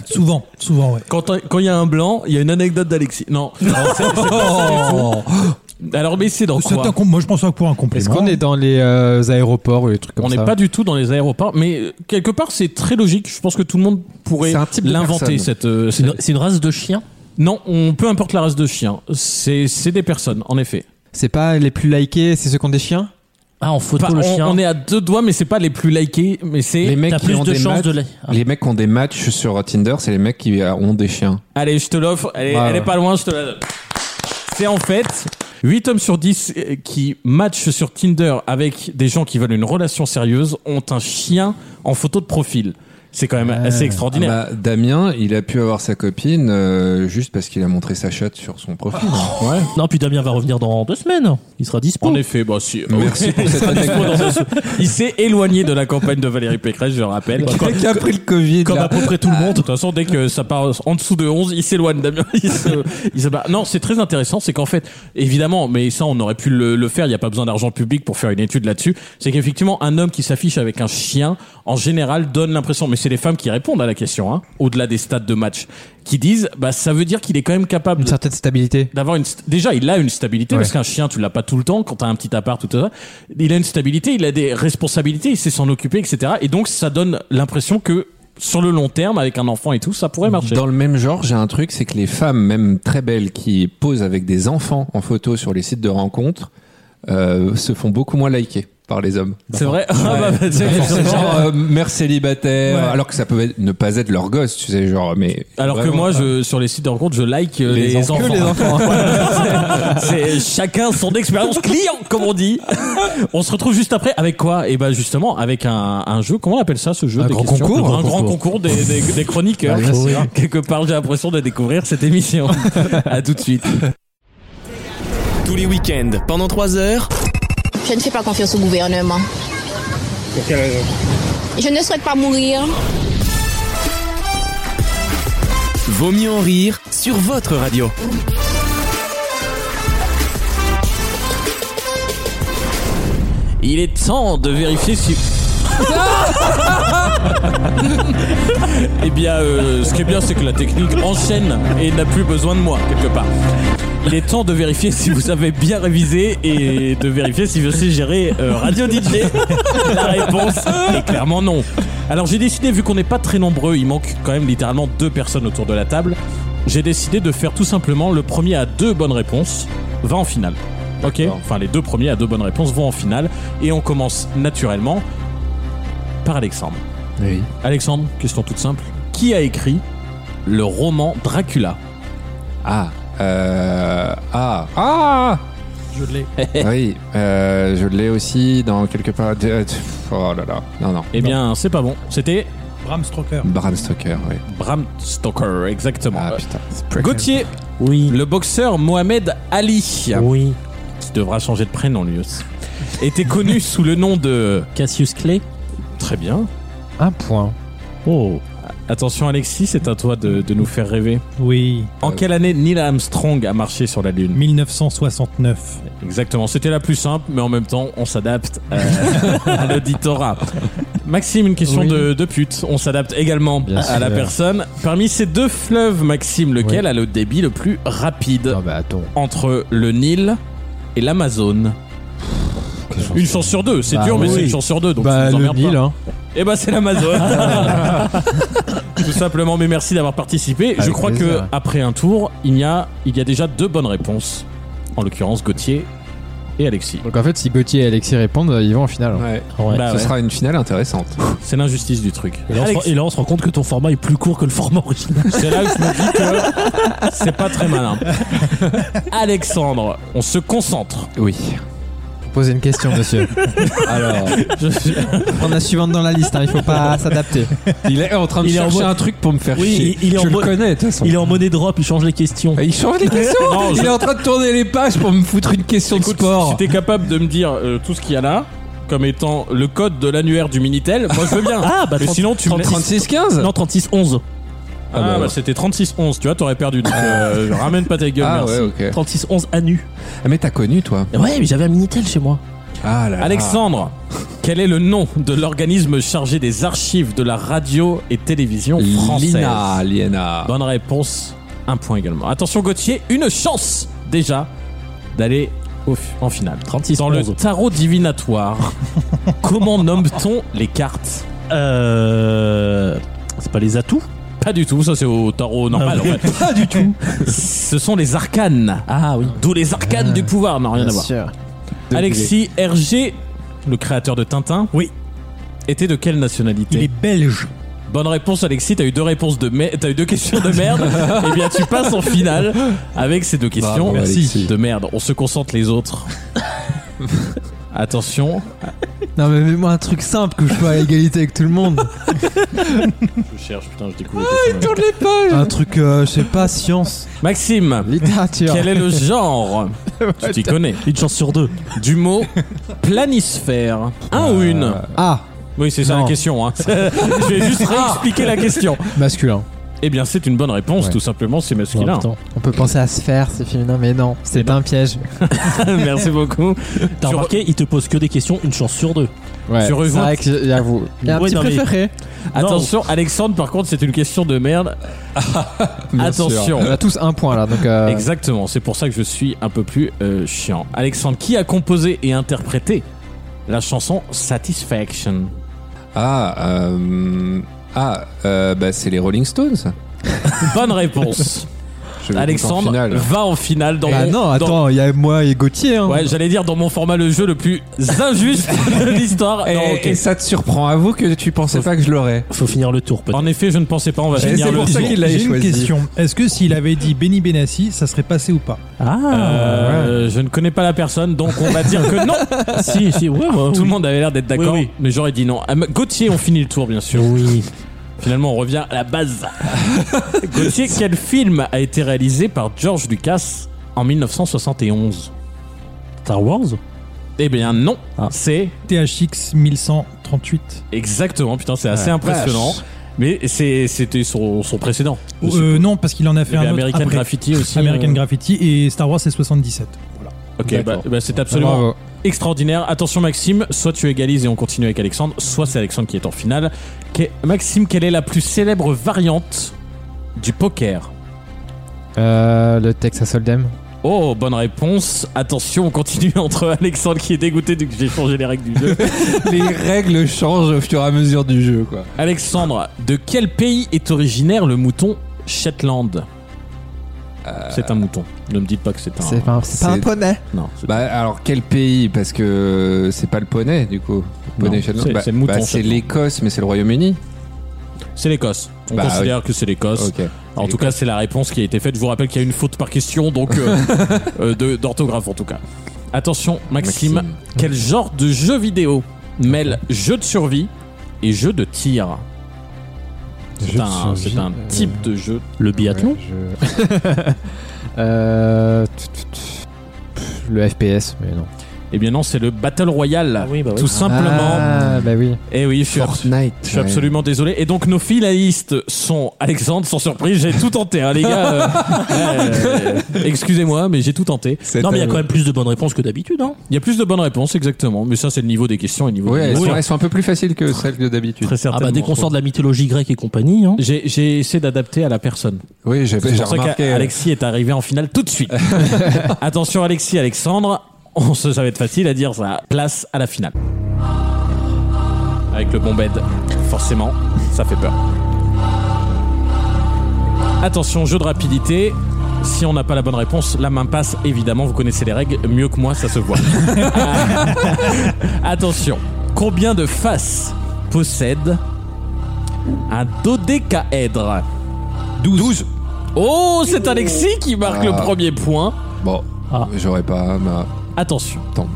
Speaker 3: Souvent, souvent, ouais.
Speaker 2: Quand un- quand il y a un blanc, il y a une anecdote d'Alexis. Non. Alors, c'est- c'est pas ça du tout. Alors, mais c'est dans
Speaker 3: C'est
Speaker 2: quoi
Speaker 3: un com- Moi, je pense que pour un
Speaker 5: Est-ce
Speaker 3: compliment.
Speaker 5: qu'on est dans les euh, aéroports ou les trucs comme
Speaker 2: on
Speaker 5: ça
Speaker 2: n'est pas du tout dans les aéroports, mais euh, quelque part c'est très logique. Je pense que tout le monde pourrait
Speaker 6: C'est un type de
Speaker 2: l'inventer.
Speaker 6: personne.
Speaker 2: Cette, euh,
Speaker 4: C'est une,
Speaker 2: cette-
Speaker 4: c'est une race de chiens.
Speaker 2: non, on peu importe la race de chien, c'est c'est des personnes en effet.
Speaker 5: C'est pas les plus likés, c'est ceux qui ont des chiens
Speaker 4: Ah, en photo
Speaker 2: Pas-
Speaker 4: le
Speaker 2: Bah, on,
Speaker 4: chien.
Speaker 2: on est à deux doigts, mais c'est pas les plus likés, mais c'est
Speaker 6: Les mecs
Speaker 4: T'as
Speaker 6: qui
Speaker 4: plus
Speaker 6: ont
Speaker 4: de
Speaker 6: des
Speaker 4: chances
Speaker 6: matchs.
Speaker 4: de les. Ah.
Speaker 6: Les mecs qui ont des matchs sur Tinder, c'est les mecs qui euh, ont des chiens.
Speaker 2: Allez, je te l'offre. Elle, est-
Speaker 5: Ouais,
Speaker 2: elle est
Speaker 5: ouais.
Speaker 2: pas loin, je te la donne. C'est en fait 8 hommes sur 10 euh, qui matchent sur Tinder avec des gens qui veulent une relation sérieuse ont un chien en photo de profil. C'est quand même assez extraordinaire.
Speaker 6: Ah bah, Damien, il a pu avoir sa copine euh, juste parce qu'il a montré sa chatte sur son profil.
Speaker 2: Ouais.
Speaker 4: Non, puis Damien va revenir dans deux semaines. Il sera dispo.
Speaker 2: En effet, bah si.
Speaker 6: Merci pour cette
Speaker 2: Il s'est éloigné de la campagne de Valérie Pécresse, je le rappelle. Comme-
Speaker 6: a pris le Covid
Speaker 2: Comme à peu près tout le monde. De toute façon, dès que ça part en dessous de 11, il s'éloigne, Damien. Il se- il se barre. Non, c'est très intéressant. C'est qu'en fait, évidemment, mais ça, on aurait pu le, le faire. Il n'y a pas besoin d'argent public pour faire une étude là-dessus. C'est qu'effectivement, un homme qui s'affiche avec un chien, en général, donne l'impression, mais c'est les femmes qui répondent à la question, hein, au-delà des stades de match, qui disent, bah, ça veut dire qu'il est quand même capable
Speaker 5: Une
Speaker 2: de-
Speaker 5: certaine stabilité.
Speaker 2: d'avoir une st- déjà il a une stabilité
Speaker 5: Ouais.
Speaker 2: parce qu'un chien tu l'as pas tout le temps quand t'as un petit appart tout ça il a une stabilité il a des responsabilités il sait s'en occuper etc et donc ça donne l'impression que sur le long terme avec un enfant et tout ça pourrait marcher
Speaker 6: Dans le même genre, j'ai un truc, c'est que les femmes, même très belles, qui posent avec des enfants en photo sur les sites de rencontres, euh, se font beaucoup moins liker par les hommes.
Speaker 2: c'est vrai Ah, bah, bah, c'est-
Speaker 6: Genre, euh, mère célibataire,
Speaker 3: Ouais.
Speaker 6: alors que ça peut être- ne pas être leur gosse, tu sais, genre, mais.
Speaker 2: alors que
Speaker 6: Vraiment,
Speaker 2: moi je sur les sites de rencontres je like euh, les,
Speaker 6: Les
Speaker 2: enfants,
Speaker 6: enfants.
Speaker 5: Que les enfants.
Speaker 2: C'est chacun son expérience client comme on dit on se retrouve juste après avec quoi et ben justement avec un, un jeu comment on appelle ça ce jeu
Speaker 5: Un
Speaker 2: des
Speaker 5: grand
Speaker 2: questions
Speaker 5: concours,
Speaker 2: un
Speaker 5: un
Speaker 2: grand
Speaker 5: concours.
Speaker 2: concours des, des, des chroniqueurs
Speaker 5: Ah, bien sûr.
Speaker 2: quelque part j'ai l'impression de découvrir cette émission à tout de suite
Speaker 1: Tous les week-ends, pendant 3 heures,
Speaker 8: Je ne fais pas confiance au gouvernement. Je ne souhaite pas mourir.
Speaker 1: Vaut mieux en rire sur votre radio.
Speaker 2: Il est temps de vérifier si. eh bien, euh, ce qui est bien, c'est que la technique enchaîne et n'a plus besoin de moi, quelque part. Il est temps de vérifier si vous avez bien révisé et de vérifier si je sais gérer euh, Radio DJ. La réponse est clairement non. Alors j'ai décidé, vu qu'on n'est pas très nombreux, il manque quand même littéralement deux personnes autour de la table, j'ai décidé de faire tout simplement le premier à deux bonnes réponses va en finale. Ok Enfin les deux premiers à deux bonnes réponses vont en finale et on commence naturellement par Alexandre.
Speaker 5: Oui.
Speaker 2: Alexandre, question toute simple. Qui a écrit le roman Dracula
Speaker 6: Ah. Euh, ah. Ah
Speaker 3: Je l'ai.
Speaker 6: Oui, euh, je l'ai aussi dans quelque part. Oh là là. Non, non.
Speaker 2: Eh bien, c'est pas bon. C'était
Speaker 3: Bram Stoker.
Speaker 6: Bram Stoker, oui.
Speaker 2: Bram Stoker, exactement.
Speaker 6: Ah
Speaker 2: Euh,
Speaker 6: putain.
Speaker 2: Gauthier,
Speaker 4: Oui.
Speaker 2: le boxeur Mohamed Ali,
Speaker 4: Oui.
Speaker 2: qui devra changer de prénom lui aussi, était connu sous le nom de...
Speaker 4: Cassius Clay
Speaker 2: Très bien.
Speaker 5: Un point.
Speaker 4: Oh.
Speaker 2: Attention Alexis, c'est à toi de, de nous faire rêver.
Speaker 3: Oui.
Speaker 2: En quelle année Neil Armstrong a marché sur la Lune
Speaker 3: 1969.
Speaker 2: Exactement, c'était la plus simple, mais en même temps, on s'adapte euh, à l'auditorat. Maxime, une question
Speaker 5: Oui.
Speaker 2: de, de pute. On s'adapte également
Speaker 5: Bien
Speaker 2: à
Speaker 5: sûr.
Speaker 2: la personne. Parmi ces deux fleuves, Maxime, lequel a le débit le plus rapide
Speaker 5: Non, bah attends.
Speaker 2: entre le Nil et l'Amazone Une chance sur deux, c'est
Speaker 5: Bah
Speaker 2: dur, mais
Speaker 5: oui.
Speaker 2: c'est une chance sur deux, donc
Speaker 5: bah,
Speaker 2: ça nous
Speaker 5: le
Speaker 2: emmerde pas.
Speaker 5: Nil, hein.
Speaker 2: Eh ben c'est l'Amazon. Tout simplement, mais merci d'avoir participé. Je
Speaker 5: Avec
Speaker 2: crois que
Speaker 5: plaisir.
Speaker 2: après un tour, il y a, il y a déjà deux bonnes réponses. En l'occurrence, Gauthier et Alexis.
Speaker 5: Donc en fait, si Gauthier et Alexis répondent, ils vont en finale. hein.
Speaker 6: Ouais.
Speaker 4: Ouais.
Speaker 2: Bah
Speaker 6: Ce
Speaker 2: ouais.
Speaker 6: sera une finale intéressante.
Speaker 2: C'est l'injustice du truc.
Speaker 4: Et là, on se rend-
Speaker 2: Alex-
Speaker 4: et là, on se rend compte que ton format est plus court que le format original.
Speaker 2: C'est là où je me dis que c'est pas très malin. Alexandre, on se concentre.
Speaker 6: Oui.
Speaker 5: Posez une question, monsieur. Alors, on a suivante dans la liste, hein, il faut pas s'adapter.
Speaker 6: Il est en train de
Speaker 4: Il est en
Speaker 6: chercher
Speaker 4: mode-
Speaker 6: un truc pour me faire
Speaker 4: Oui,
Speaker 6: chier.
Speaker 4: il- il est en
Speaker 6: je le
Speaker 4: mode-
Speaker 6: connais, de toute façon.
Speaker 4: Il est en monnaie drop, il change les
Speaker 2: Eh
Speaker 4: questions.
Speaker 6: Il change les questions
Speaker 2: Non,
Speaker 6: Il
Speaker 2: je-
Speaker 6: est en train de tourner les pages pour me foutre une question
Speaker 2: Écoute,
Speaker 6: de sport.
Speaker 2: si t'es capable de me dire euh, tout ce qu'il y a là, comme étant le code de l'annuaire du Minitel, moi je veux bien.
Speaker 4: Ah, bah,
Speaker 2: mais
Speaker 4: 30
Speaker 2: sinon tu me laisses-
Speaker 6: 36-15
Speaker 4: Non, 36, 11.
Speaker 2: Ah, bah, c'était 36-11, tu vois, t'aurais perdu. Donc, euh, ramène pas ta gueule,
Speaker 6: Ah
Speaker 2: merci.
Speaker 6: ouais, ok.
Speaker 4: 36, 11 à nu.
Speaker 6: Ah, Mais t'as connu, toi
Speaker 4: Ouais, mais j'avais un Minitel chez moi.
Speaker 6: Ah là là.
Speaker 2: Alexandre, quel est le nom de l'organisme chargé des archives de la radio et télévision française
Speaker 6: Lina, Liena.
Speaker 2: Bonne réponse, un point également. Attention Gauthier, une chance déjà d'aller au- en finale.
Speaker 4: 36,
Speaker 2: Dans le
Speaker 4: 11.
Speaker 2: tarot divinatoire, comment nomme-t-on les cartes
Speaker 4: Euh. C'est pas les atouts
Speaker 2: Pas du tout, ça c'est au tarot normal.
Speaker 4: Ah oui.
Speaker 2: en fait.
Speaker 4: Pas du tout.
Speaker 2: Ce sont les arcanes,
Speaker 4: Ah oui.
Speaker 2: d'où les arcanes du pouvoir, n'a rien à voir. Alexis Hergé, le créateur de Tintin,
Speaker 3: Oui.
Speaker 2: était de quelle nationalité
Speaker 3: Il est belge.
Speaker 2: Bonne réponse Alexis, t'as eu deux réponses de merde, t'as eu deux questions de merde. Eh bien tu passes en finale avec ces deux questions
Speaker 6: Bravo, Alexis.
Speaker 2: de merde. On se concentre les autres. Attention,
Speaker 5: Non, mais mets-moi un truc simple que je sois à égalité avec tout le monde.
Speaker 2: je cherche, putain, je découvre. les questions.
Speaker 5: Un truc, euh, je sais pas, science,
Speaker 2: Maxime,
Speaker 5: littérature.
Speaker 2: quel est le genre Tu t'y connais
Speaker 4: Une chance sur deux.
Speaker 2: du mot planisphère. Un ou une
Speaker 5: Ah,
Speaker 2: Oui, c'est ça
Speaker 5: non.
Speaker 2: la question. hein. je vais juste réexpliquer la question.
Speaker 5: masculin.
Speaker 2: Ah. Eh bien, c'est une bonne réponse,
Speaker 5: Ouais.
Speaker 2: tout simplement, c'est
Speaker 5: Ouais,
Speaker 2: masculin.
Speaker 5: putain. On peut penser à sphère, c'est féminin, mais non, c'était un piège.
Speaker 2: Merci beaucoup.
Speaker 4: T'as
Speaker 2: Tu re-
Speaker 4: remarqué, il te pose que des questions, une chance sur deux.
Speaker 5: Ouais,
Speaker 2: Tu rejoins-
Speaker 5: C'est vrai que j'avoue. Il y a un
Speaker 4: Ouais,
Speaker 5: petit
Speaker 4: non, mais-
Speaker 5: préféré.
Speaker 2: Attention, Alexandre, par contre, c'est une question de merde. Attention.
Speaker 5: On a tous un point là, donc. euh,
Speaker 2: Exactement, c'est pour ça que je suis un peu plus euh, chiant. Alexandre, qui a composé et interprété la chanson Satisfaction
Speaker 6: Ah, euh, ah euh, bah, c'est les Rolling Stones.
Speaker 2: Bonne réponse.
Speaker 6: Je vais en
Speaker 2: Alexandre
Speaker 6: finale.
Speaker 2: va en finale dans
Speaker 5: Ah
Speaker 2: mon-
Speaker 5: non,
Speaker 2: dans-
Speaker 5: attends, il y a moi et Gauthier. Hein.
Speaker 2: Ouais, j'allais dire dans mon format le jeu le plus injuste de l'histoire.
Speaker 6: Et,
Speaker 2: Non, ok.
Speaker 6: et ça te surprend, avoue que tu pensais pas que je l'aurais.
Speaker 4: Faut finir le tour, peut-être.
Speaker 2: En effet, je ne pensais pas on va
Speaker 6: Et
Speaker 2: finir
Speaker 6: c'est
Speaker 2: le
Speaker 6: pour ça
Speaker 2: tour.
Speaker 6: qu'il l'avait
Speaker 3: J'ai une
Speaker 6: choisi.
Speaker 3: question. Est-ce que s'il avait dit Benny Benassi, ça serait passé ou pas
Speaker 2: Euh, Je ne connais pas la personne, donc on va dire que non.
Speaker 4: si, si, ouais, ouais,
Speaker 2: Tout
Speaker 4: oui.
Speaker 2: le monde avait l'air d'être d'accord,
Speaker 4: Oui, oui.
Speaker 2: mais j'aurais dit non. Ah, mais Gauthier, on finit le tour, bien sûr.
Speaker 4: Oui.
Speaker 2: Finalement, on revient à la base. Gauthier, quel film a été réalisé par George Lucas en 1971
Speaker 4: Star Wars
Speaker 2: Eh bien non,
Speaker 4: Ah.
Speaker 2: c'est
Speaker 3: THX 1138.
Speaker 2: exactement, putain c'est assez impressionnant. Mais c'est- c'était son, son précédent. je
Speaker 3: Euh,
Speaker 2: suppose.
Speaker 3: non, parce qu'il en a fait
Speaker 2: Il y
Speaker 3: un
Speaker 2: avait
Speaker 3: autre
Speaker 2: American
Speaker 3: après.
Speaker 2: Graffiti aussi.
Speaker 3: American
Speaker 2: euh,
Speaker 3: Graffiti et Star Wars c'est 77.
Speaker 2: Ok, bah,
Speaker 6: D'accord.
Speaker 2: bah, c'est absolument
Speaker 5: Bravo.
Speaker 2: extraordinaire. Attention Maxime, soit tu égalises et on continue avec Alexandre, soit c'est Alexandre qui est en finale. Que- Maxime, quelle est la plus célèbre variante du poker
Speaker 5: Euh, le Texas Hold'em.
Speaker 2: Oh, bonne réponse. Attention, on continue entre Alexandre qui est dégoûté de que j'ai changé les règles du jeu.
Speaker 6: Les règles changent au fur et à mesure du jeu, quoi.
Speaker 2: Alexandre, de quel pays est originaire le mouton Shetland C'est un mouton. Ne me dites pas que c'est un.
Speaker 5: C'est pas, un- c'est pas un
Speaker 6: Euh. C'est-
Speaker 5: poney.
Speaker 2: Non, c'est-
Speaker 6: Bah, alors, quel pays Parce que euh, c'est pas le poney, du coup. Le
Speaker 2: Non,
Speaker 6: Poney Shetland.
Speaker 2: c'est-
Speaker 6: Bah,
Speaker 2: c'est le mouton
Speaker 6: bah, c'est
Speaker 2: Shetland.
Speaker 6: l'Écosse, mais c'est le Royaume-Uni.
Speaker 2: c'est l'Écosse. On
Speaker 6: Bah,
Speaker 2: considère que c'est l'Écosse.
Speaker 6: Ok.
Speaker 2: En tout cas, c'est la réponse qui a été faite. Je vous rappelle qu'il y a une faute par question, donc euh, euh, de- d'orthographe en tout cas. Attention, Maxime,
Speaker 6: Maxime.
Speaker 2: quel genre de jeu vidéo mêle jeu de survie et jeu de tir C'est un, c'est un type de jeu.
Speaker 4: euh, Le biathlon
Speaker 5: Euh, tut, tut, tut. Pff, Le FPS, mais non.
Speaker 2: Eh bien non, c'est le Battle Royale.
Speaker 4: oui, bah
Speaker 2: Tout simplement.
Speaker 5: Ah, bah oui.
Speaker 2: Eh oui, je suis, abs-
Speaker 6: Fortnite.
Speaker 2: je suis absolument désolé. Et donc nos finalistes sont Alexandre, sans surprise, j'ai tout tenté, hein, les gars. euh, euh, Excusez-moi, mais j'ai tout tenté.
Speaker 4: Non, mais il y a quand même plus de bonnes réponses que d'habitude. Hein.
Speaker 2: Il y a plus de bonnes réponses, exactement. Mais ça, c'est le niveau des questions et le niveau.
Speaker 6: Ouais,
Speaker 2: des
Speaker 6: elles,
Speaker 2: réponses.
Speaker 6: sont, elles sont un peu plus faciles que celles de d'habitude.
Speaker 2: Très
Speaker 4: Ah
Speaker 2: certainement.
Speaker 4: bah, dès qu'on sort de la mythologie grecque et compagnie. Hein.
Speaker 2: J'ai, j'ai essayé d'adapter à la personne.
Speaker 6: Oui, j'ai
Speaker 2: C'est
Speaker 6: j'ai
Speaker 2: pour ça
Speaker 6: remarqué. euh,
Speaker 2: qu'Alexis est arrivé en finale tout de suite. Attention Alexis, Alexandre, on se, ça va être facile à dire ça. Place à la finale. Avec le bon bed, forcément, ça fait peur. Attention, jeu de rapidité. Si on n'a pas la bonne réponse, la main passe, évidemment, vous connaissez les règles, mieux que moi, ça se voit. Attention, combien de faces possède un dodécaèdre 12. Oh, c'est Alexis qui marque le
Speaker 6: Ah.
Speaker 2: premier point.
Speaker 6: Bon,
Speaker 4: Ah.
Speaker 6: j'aurais pas ma. euh,
Speaker 2: Attention,
Speaker 6: Attends.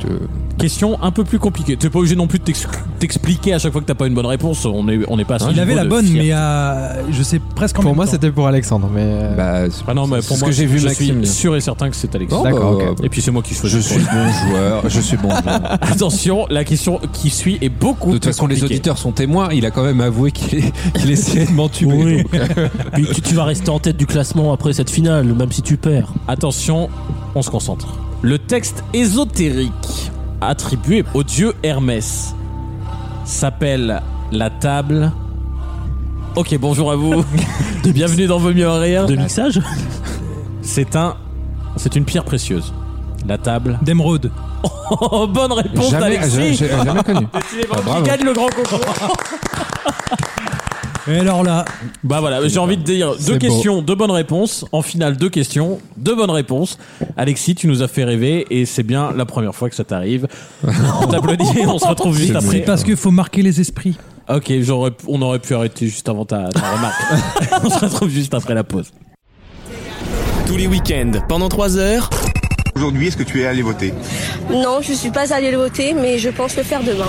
Speaker 6: Je te.
Speaker 2: question un peu plus compliquée. T'es pas obligé non plus de t'ex- t'expliquer à chaque fois que t'as pas une bonne réponse. On est, on est pas à ce
Speaker 3: Il
Speaker 2: niveau
Speaker 3: avait la
Speaker 2: de
Speaker 3: bonne,
Speaker 2: fierté.
Speaker 3: mais à, je sais presque en
Speaker 5: Pour
Speaker 3: même
Speaker 5: moi,
Speaker 3: temps.
Speaker 5: c'était pour Alexandre, mais. euh,
Speaker 6: Bah, c'est-
Speaker 2: Ah non, mais pour
Speaker 6: ce
Speaker 2: moi,
Speaker 6: que j'ai vu,
Speaker 2: je
Speaker 6: Maxime.
Speaker 2: suis sûr et certain que c'est Alexis.
Speaker 6: Bon,
Speaker 5: D'accord,
Speaker 6: bah,
Speaker 5: ok.
Speaker 2: Et puis c'est moi qui
Speaker 6: Je
Speaker 2: choisis.
Speaker 6: suis bon joueur. Je suis bon joueur.
Speaker 2: Attention, la question qui suit est beaucoup
Speaker 6: De toute
Speaker 2: plus
Speaker 6: façon, les
Speaker 2: compliquée.
Speaker 6: auditeurs sont témoins. Il a quand même avoué qu'il qu'il essayait de m'entuber.
Speaker 4: Oui.
Speaker 6: donc, euh,
Speaker 4: Puis tu, tu vas rester en tête du classement après cette finale, même si tu perds.
Speaker 2: Attention, on se concentre. Le texte ésotérique attribué au dieu Hermès s'appelle la table. Ok, bonjour à vous. Bienvenue dans Vos mieux en rire.
Speaker 4: De mixage
Speaker 2: C'est un, c'est une pierre précieuse. La table.
Speaker 3: D'Emeraude.
Speaker 2: Oh, bonne réponse,
Speaker 6: jamais, j'ai-
Speaker 2: Alexis.
Speaker 6: j'ai- jamais connu.
Speaker 2: Décidément,
Speaker 6: Ah,
Speaker 2: qui
Speaker 6: bravo.
Speaker 2: gagne le grand concours.
Speaker 3: Et alors là,
Speaker 2: Bah voilà, j'ai envie de dire deux
Speaker 6: beau.
Speaker 2: questions, deux bonnes réponses. En finale, deux questions, deux bonnes réponses. Alexis, tu nous as fait rêver et c'est bien la première fois que ça t'arrive. On t'applaudit et on se retrouve juste
Speaker 3: c'est
Speaker 2: après.
Speaker 3: parce qu'il faut marquer les esprits.
Speaker 2: Ok, j'aurais, on aurait pu arrêter juste avant ta, ta remarque. on se retrouve juste après la pause.
Speaker 1: Tous les week-ends, pendant 3 heures,
Speaker 9: Aujourd'hui, est-ce que tu es allé voter
Speaker 10: Non, je suis pas allée le voter, mais je pense le faire demain.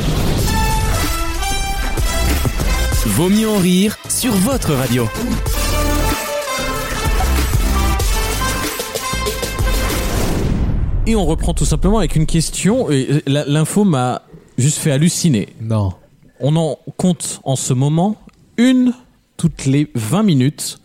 Speaker 1: Vaut mieux en rire sur votre radio.
Speaker 2: Et on reprend tout simplement avec une question. et la- L'info m'a juste fait halluciner.
Speaker 5: Non.
Speaker 2: On en compte en ce moment une toutes les 20 minutes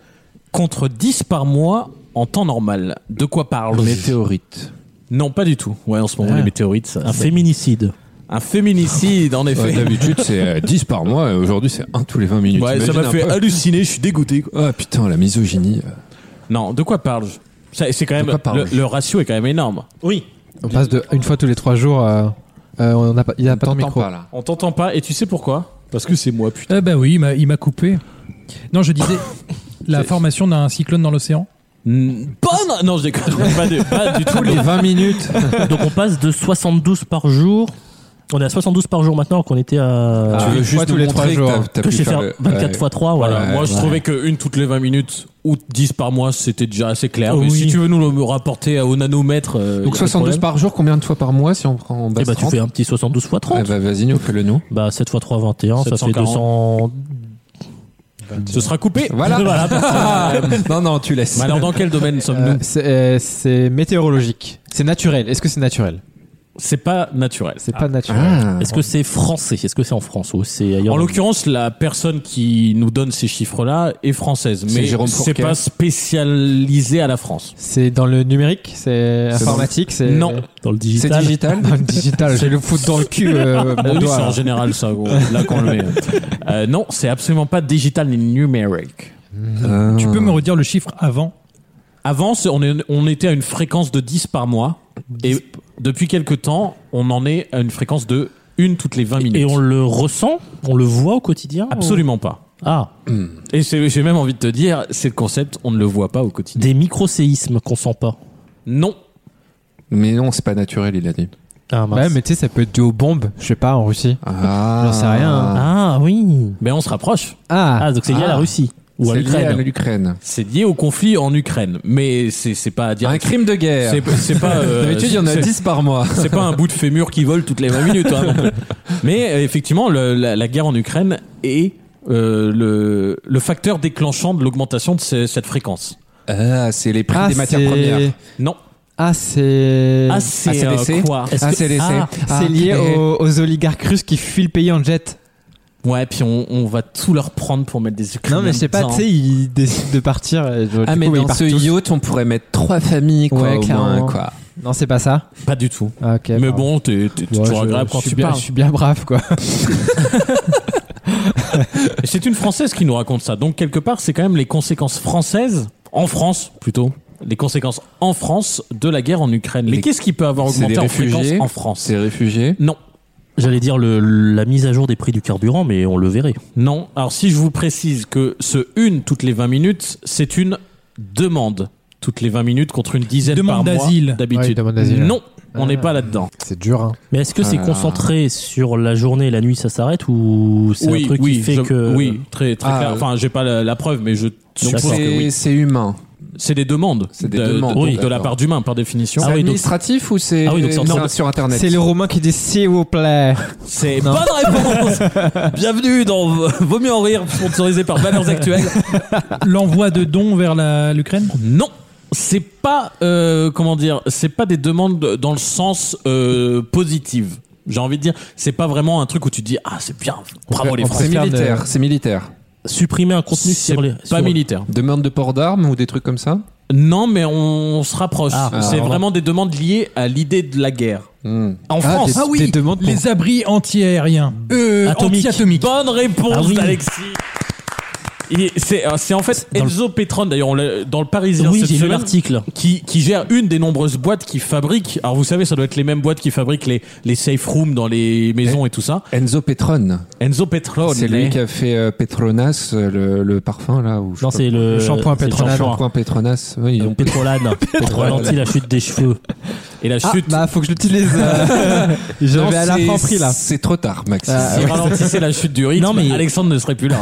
Speaker 2: contre 10 par mois en temps normal. De quoi parle
Speaker 6: Météorite.
Speaker 2: Non, pas du tout. Ouais, en ce moment,
Speaker 4: Ah.
Speaker 2: les météorites, ça-
Speaker 4: Un
Speaker 2: c'est-
Speaker 4: féminicide.
Speaker 2: un féminicide, en
Speaker 6: Ouais,
Speaker 2: effet.
Speaker 6: D'habitude, c'est euh, 10 par mois. et Aujourd'hui, c'est 1 tous les 20 minutes.
Speaker 2: Ouais, ça
Speaker 6: T'imagines
Speaker 2: m'a
Speaker 6: un
Speaker 2: fait
Speaker 6: peu
Speaker 2: halluciner, je suis dégoûté. quoi.
Speaker 6: Ah putain, la misogynie.
Speaker 2: Non, de quoi parle-je Ça, C'est quand même
Speaker 6: quoi
Speaker 2: le,
Speaker 6: parle-je
Speaker 2: le ratio est quand même énorme.
Speaker 4: Oui.
Speaker 5: On passe de une fois tous les trois jours. euh, euh, on a pas, il a pas de micro.
Speaker 6: là.
Speaker 2: On t'entend pas et tu sais pourquoi Parce que c'est moi putain.
Speaker 3: Ah bah oui, il m'a- il m'a coupé. Non, je disais la formation d'un cyclone dans l'océan.
Speaker 2: Mm, Bonne Non, je déconne. pas, du- pas du tout.
Speaker 6: Les 20 minutes.
Speaker 4: Donc on passe de 72 par jour. On est à 72 par jour maintenant, alors qu'on était à.
Speaker 6: tu veux juste
Speaker 5: tous
Speaker 6: nous
Speaker 5: les trois
Speaker 6: montrer que
Speaker 5: jours.
Speaker 6: Ah, t'as- t'as
Speaker 4: que
Speaker 6: pu
Speaker 4: je sais faire
Speaker 6: le-
Speaker 4: 24
Speaker 6: ouais.
Speaker 4: fois 3, voilà.
Speaker 2: Voilà, moi je trouvais que une toutes les 20 minutes ou 10 par mois, c'était déjà assez clair.
Speaker 4: Oh
Speaker 2: mais si
Speaker 4: oui.
Speaker 2: tu veux nous le rapporter au nanomètre. euh,
Speaker 6: Donc
Speaker 2: y a pas de
Speaker 6: 72
Speaker 2: problème.
Speaker 6: par jour, combien de fois par mois si on prend en
Speaker 4: Eh
Speaker 6: base
Speaker 4: bah, tu
Speaker 6: 30?
Speaker 4: fais un petit 72 fois 30.
Speaker 6: Eh bah, vas-y, nous, fais-le nous.
Speaker 4: Bah 7 fois 3, 21, ça fait 200.
Speaker 2: 740. Ce sera coupé.
Speaker 6: Voilà.
Speaker 2: merci.
Speaker 6: non, non, tu laisses.
Speaker 2: Mais alors, dans quel domaine
Speaker 5: Euh,
Speaker 2: sommes-nous
Speaker 5: c'est- euh, c'est météorologique. C'est naturel. Est-ce que c'est naturel
Speaker 2: C'est pas naturel.
Speaker 5: C'est
Speaker 6: Ah.
Speaker 5: pas naturel.
Speaker 4: Est-ce que c'est français Est-ce que c'est en France ou c'est ailleurs
Speaker 2: En l'occurrence, la personne qui nous donne ces chiffres-là est française,
Speaker 6: C'est
Speaker 2: mais
Speaker 6: Jérôme
Speaker 2: c'est
Speaker 6: Fourquet.
Speaker 2: pas spécialisé à la France.
Speaker 5: C'est dans le numérique, c'est
Speaker 6: C'est
Speaker 5: informatique, c'est
Speaker 2: Non.
Speaker 4: Dans le
Speaker 6: C'est
Speaker 4: digital
Speaker 6: digital
Speaker 5: Dans le digital, je vais le foutre dans le cul. euh,
Speaker 2: Ah
Speaker 5: mon
Speaker 2: oui,
Speaker 5: doigt,
Speaker 2: c'est
Speaker 5: là.
Speaker 2: en général ça, gros. Là qu'on le met. Euh, non, c'est absolument pas digital ni numérique.
Speaker 3: Tu peux me redire le chiffre avant
Speaker 2: Avant, c'est- on, est- on était à une fréquence de 10 par mois. Et depuis quelques temps, on en est à une fréquence de 1 toutes les 20 minutes. Oh.
Speaker 4: Et on le ressent On le voit au quotidien ou-
Speaker 2: Absolument pas.
Speaker 4: Ah,
Speaker 2: Et c'est- j'ai même envie de te dire, c'est le concept, on ne le voit pas au quotidien.
Speaker 4: des micro-séismes qu'on sent pas.
Speaker 2: Non.
Speaker 6: Mais non, c'est pas naturel, il a dit.
Speaker 4: Ah, mince.
Speaker 5: Ouais, mais tu sais, ça peut être dû aux bombes, je sais pas, en Russie.
Speaker 6: Ah.
Speaker 5: J'en sais rien, hein.
Speaker 4: Ah oui
Speaker 2: Mais Ben, on se rapproche.
Speaker 5: Ah,
Speaker 4: Ah, donc c'est lié à la
Speaker 6: Ah.
Speaker 4: Russie ou à
Speaker 6: C'est lié à
Speaker 4: l'Ukraine
Speaker 6: l'Ukraine.
Speaker 2: C'est lié au conflit en Ukraine. Mais c'est c'est pas à dire.
Speaker 6: Un crime de guerre.
Speaker 2: C'est c'est pas. euh,
Speaker 6: D'habitude, il y en a
Speaker 2: c'est-
Speaker 6: 10 par mois.
Speaker 2: C'est pas un bout de fémur qui vole toutes les 20 minutes. hein, non plus. Mais euh, effectivement, le- la, la guerre en Ukraine est euh, le, le facteur déclenchant de l'augmentation de ce- cette fréquence.
Speaker 6: Ah, c'est les prix
Speaker 5: Ah,
Speaker 6: des matières
Speaker 5: c'est-
Speaker 6: premières.
Speaker 2: Non.
Speaker 5: Ah, c'est.
Speaker 2: Ah, c'est euh,
Speaker 6: ACDC?
Speaker 2: quoi
Speaker 4: Est-ce
Speaker 6: Ah,
Speaker 4: que-
Speaker 6: c'est laissé.
Speaker 4: Ah,
Speaker 5: C'est lié aux, aux oligarques russes qui fuient le pays en jet.
Speaker 2: Ouais, puis on, on va tout leur prendre pour mettre des Ukrainiens.
Speaker 5: Non, mais je sais pas,
Speaker 2: dedans.
Speaker 5: tu sais, ils décident de partir. et genre,
Speaker 6: Ah,
Speaker 5: du
Speaker 6: mais
Speaker 5: coup, ils
Speaker 6: dans
Speaker 5: partent
Speaker 6: ce
Speaker 5: tous.
Speaker 6: yacht, on pourrait mettre trois familles, quoi,
Speaker 5: Ouais,
Speaker 6: au moins,
Speaker 5: clairement.
Speaker 6: quoi.
Speaker 5: Non, c'est pas ça.
Speaker 2: Pas du tout.
Speaker 5: Ah, ok.
Speaker 2: mais
Speaker 5: pardon.
Speaker 2: bon, t'es t'es
Speaker 5: Ouais,
Speaker 2: toujours
Speaker 5: je-
Speaker 2: agréable
Speaker 5: je
Speaker 2: quand
Speaker 5: suis
Speaker 2: tu
Speaker 5: bien-
Speaker 2: parles.
Speaker 5: Je suis bien brave, quoi.
Speaker 2: Et C'est une Française qui nous raconte ça. Donc, quelque part, c'est quand même les conséquences françaises, en France plutôt, les conséquences en France de la guerre en Ukraine. Mais
Speaker 6: Les-
Speaker 2: qu'est-ce qui peut avoir
Speaker 6: c'est
Speaker 2: augmenté
Speaker 6: des
Speaker 2: en fréquence
Speaker 6: réfugiés
Speaker 2: en France
Speaker 6: C'est réfugiés.
Speaker 2: Non.
Speaker 4: J'allais dire le- la mise à jour des prix du carburant, mais on le verrait.
Speaker 2: Non. Alors, si je vous précise que ce une toutes les 20 minutes, c'est une demande toutes les 20 minutes contre une dizaine par
Speaker 3: Demande
Speaker 2: mois
Speaker 3: d'asile.
Speaker 5: Ouais, une
Speaker 2: d'habitude.
Speaker 5: demande d'asile.
Speaker 2: non, on
Speaker 5: Ah.
Speaker 2: n'est pas là-dedans.
Speaker 5: C'est dur, hein.
Speaker 4: Mais est-ce que c'est
Speaker 6: Ah.
Speaker 4: concentré sur la journée et la nuit, ça s'arrête ou c'est
Speaker 2: oui,
Speaker 4: un truc
Speaker 2: oui,
Speaker 4: qui fait
Speaker 2: je-
Speaker 4: que
Speaker 2: oui, très très
Speaker 6: Ah,
Speaker 2: clair. Enfin, j'ai pas la, la preuve, mais je
Speaker 6: Donc
Speaker 2: suppose que
Speaker 6: c'est
Speaker 2: oui.
Speaker 6: c'est humain.
Speaker 2: C'est des demandes.
Speaker 6: C'est des
Speaker 2: de, de-
Speaker 6: demandes.
Speaker 2: donc
Speaker 6: Oui,
Speaker 2: de la
Speaker 6: d'accord.
Speaker 2: part d'humain, par définition.
Speaker 6: C'est
Speaker 4: Ah oui, donc-
Speaker 6: administratif ou c'est
Speaker 4: Ah oui, donc c'est en
Speaker 6: c'est
Speaker 4: train de-
Speaker 6: sur Internet
Speaker 5: C'est le Romain qui dit s'il vous plaît.
Speaker 2: C'est bonne réponse. Bienvenue dans Vaut mieux en rire, sponsorisé par Banners Actuels.
Speaker 3: L'envoi de dons vers la- l'Ukraine
Speaker 2: Non, c'est pas euh, comment dire, c'est pas des demandes dans le sens euh, positif. J'ai envie de dire, c'est pas vraiment un truc où tu te dis ah c'est bien, bravo les
Speaker 5: on
Speaker 2: Français.
Speaker 6: C'est
Speaker 5: préfère
Speaker 6: militaire,
Speaker 5: de-
Speaker 6: c'est militaire.
Speaker 4: supprimer un contenu
Speaker 2: C'est
Speaker 4: sur les
Speaker 2: pas
Speaker 4: sur-
Speaker 2: militaire.
Speaker 6: Demande de port d'armes ou des trucs comme ça
Speaker 2: Non, mais on se rapproche.
Speaker 4: Ah,
Speaker 2: c'est
Speaker 4: ah,
Speaker 2: vraiment des demandes liées à l'idée de la guerre.
Speaker 6: Hmm.
Speaker 2: En
Speaker 6: Ah,
Speaker 2: France,
Speaker 6: des-
Speaker 2: ah oui,
Speaker 5: Des demandes pour-
Speaker 3: Les abris anti-aériens.
Speaker 4: Atomique.
Speaker 3: Anti-atomiques.
Speaker 2: Bonne réponse
Speaker 4: Ah oui.
Speaker 2: d'Alexis. Il- C'est euh, c'est en fait
Speaker 4: Dans le-
Speaker 2: Enzo Petron, d'ailleurs, on l'a- dans le Parisien
Speaker 4: Oui,
Speaker 2: cette
Speaker 4: j'ai lu
Speaker 2: semaine,
Speaker 4: l'article.
Speaker 2: qui, qui gère une des nombreuses boîtes qui fabrique. Alors vous savez, ça doit être les mêmes boîtes qui fabriquent les, les safe rooms dans les maisons et tout ça.
Speaker 6: Enzo Petron.
Speaker 2: Enzo Petron,
Speaker 6: C'est lui Oh, qui a fait euh, Petronas, euh, le, le parfum là. Ou je
Speaker 4: Non,
Speaker 6: sais
Speaker 4: c'est le,
Speaker 5: shampoing
Speaker 4: c'est le
Speaker 5: Petronas.
Speaker 4: shampoing.
Speaker 6: pas, Petronas. Oui, ils ont-
Speaker 4: Euh, Pétrolane pour ralentir la chute des cheveux.
Speaker 2: et la
Speaker 5: Ah,
Speaker 2: chute.
Speaker 5: bah, faut que je l'utilise. euh, je
Speaker 6: Non,
Speaker 5: vais à la
Speaker 6: c'est-
Speaker 5: Franprix, là.
Speaker 6: C'est trop tard, Max.
Speaker 5: Ah,
Speaker 2: si ralentissait la chute du rythme,
Speaker 4: Non, mais-
Speaker 2: Alexandre ne serait plus là.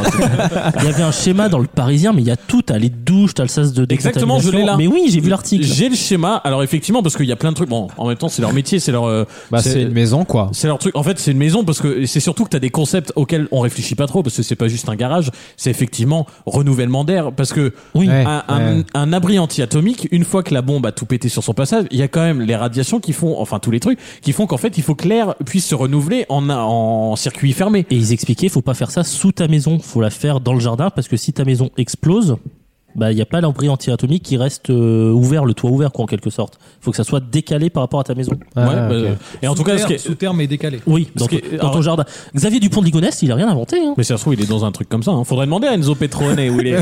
Speaker 4: Il y avait un schéma dans le Parisien, mais il y a tout. T'as les douches, t'as le sas de
Speaker 2: Exactement, je l'ai là.
Speaker 4: décontamination. Mais oui, j'ai vu l'article.
Speaker 2: J'ai le schéma. Alors effectivement, parce qu'il y a plein de trucs. Bon, en même temps, c'est leur métier, c'est leur. euh,
Speaker 5: Bah, c'est une maison, quoi.
Speaker 2: C'est leur truc. En fait, c'est une maison parce que c'est surtout que t'as des concepts auxquels on réfléchit pas trop parce que c'est pas juste un garage. C'est effectivement renouvellement d'air parce que
Speaker 4: Oui.
Speaker 5: Ouais,
Speaker 2: un, un-
Speaker 5: ouais.
Speaker 2: un abri anti-atomique, une fois que la bombe a tout pété sur son passage, il y a quand même les radiations qui font, enfin tous les trucs qui font qu'en fait il faut que l'air puisse se renouveler en, en circuit fermé.
Speaker 4: Et ils expliquaient, faut pas faire ça sous ta maison, faut la faire dans le jardin parce que si ta maison explose, bah il y a pas l'abri anti-atomique qui reste euh, ouvert, le toit ouvert quoi en quelque sorte. Faut que ça soit décalé par rapport à ta maison.
Speaker 5: Ah,
Speaker 2: Ouais, bah,
Speaker 5: ok.
Speaker 2: Et en tout cas, ce qui est-
Speaker 3: Sous-terme et décalé.
Speaker 4: Oui, dans,
Speaker 2: Parce
Speaker 4: ton-
Speaker 2: que- euh,
Speaker 4: dans ton
Speaker 2: alors-
Speaker 4: jardin. Xavier Dupont de Ligonnès, il a rien inventé. Hein.
Speaker 2: Mais ça se trouve, il est dans un truc comme ça. Hein. Faudrait demander à Enzo Petrone où il est.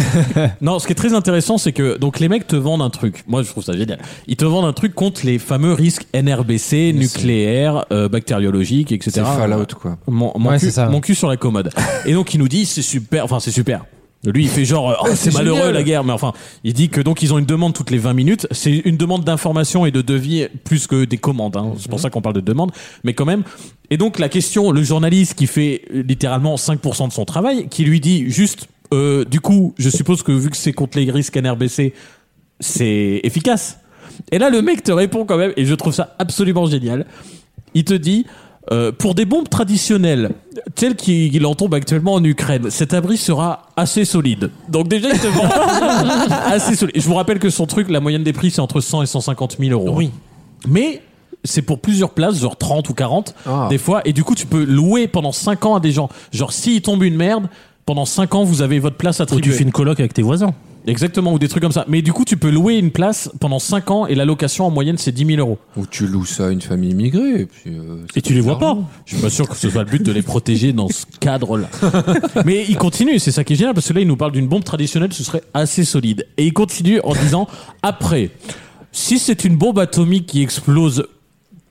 Speaker 2: Non, ce qui est très intéressant, c'est que donc les mecs te vendent un truc. Moi, je trouve ça génial. Ils te vendent un truc contre les fameux risques NRBC, nucléaires, euh, bactériologiques, etc.
Speaker 6: C'est Fallout, quoi.
Speaker 2: Mon, mon
Speaker 5: Ouais,
Speaker 2: cul,
Speaker 5: c'est ça.
Speaker 2: mon cul sur la commode. Et donc, il nous dit, c'est super. Enfin, c'est super. Lui, il fait genre, euh, oh, c'est malheureux la guerre, mais enfin, il dit que donc ils ont une demande toutes les 20 minutes. C'est une demande d'information et de devis plus que des commandes. hein. C'est pour ça qu'on parle de demande, mais quand même. Et donc la question, le journaliste qui fait euh, littéralement 5% de son travail, qui lui dit juste, euh, du coup, je suppose que vu que c'est contre les risques NRBC, c'est efficace. Et là, le mec te répond quand même, et je trouve ça absolument génial. Il te dit, euh, pour des bombes traditionnelles, telles qu'il qu'il en tombe actuellement en Ukraine, cet abri sera assez solide. Donc déjà, il te vend assez solide. Je vous rappelle que son truc, la moyenne des prix, c'est entre 100 et 150 000 euros.
Speaker 4: Oui.
Speaker 2: Mais c'est pour plusieurs places, genre 30 ou 40 des fois. Et du coup, tu peux louer pendant 5 ans à des gens. Genre, s'il tombe une merde, pendant 5 ans, vous avez votre place attribuée.
Speaker 4: tu fais une coloc avec tes voisins.
Speaker 2: Exactement, ou des trucs comme ça. Mais du coup, tu peux louer une place pendant 5 ans et la location en moyenne, c'est 10 000 euros.
Speaker 6: Ou tu loues ça à une famille immigrée. Et, puis, euh, c'est
Speaker 2: Et tu les vois pas.
Speaker 6: l'argent.
Speaker 2: Je suis pas sûr que ce soit le but de les protéger dans ce cadre-là. Mais il continue, c'est ça qui est génial, parce que là, il nous parle d'une bombe traditionnelle, ce serait assez solide. Et il continue en disant, après, si c'est une bombe atomique qui explose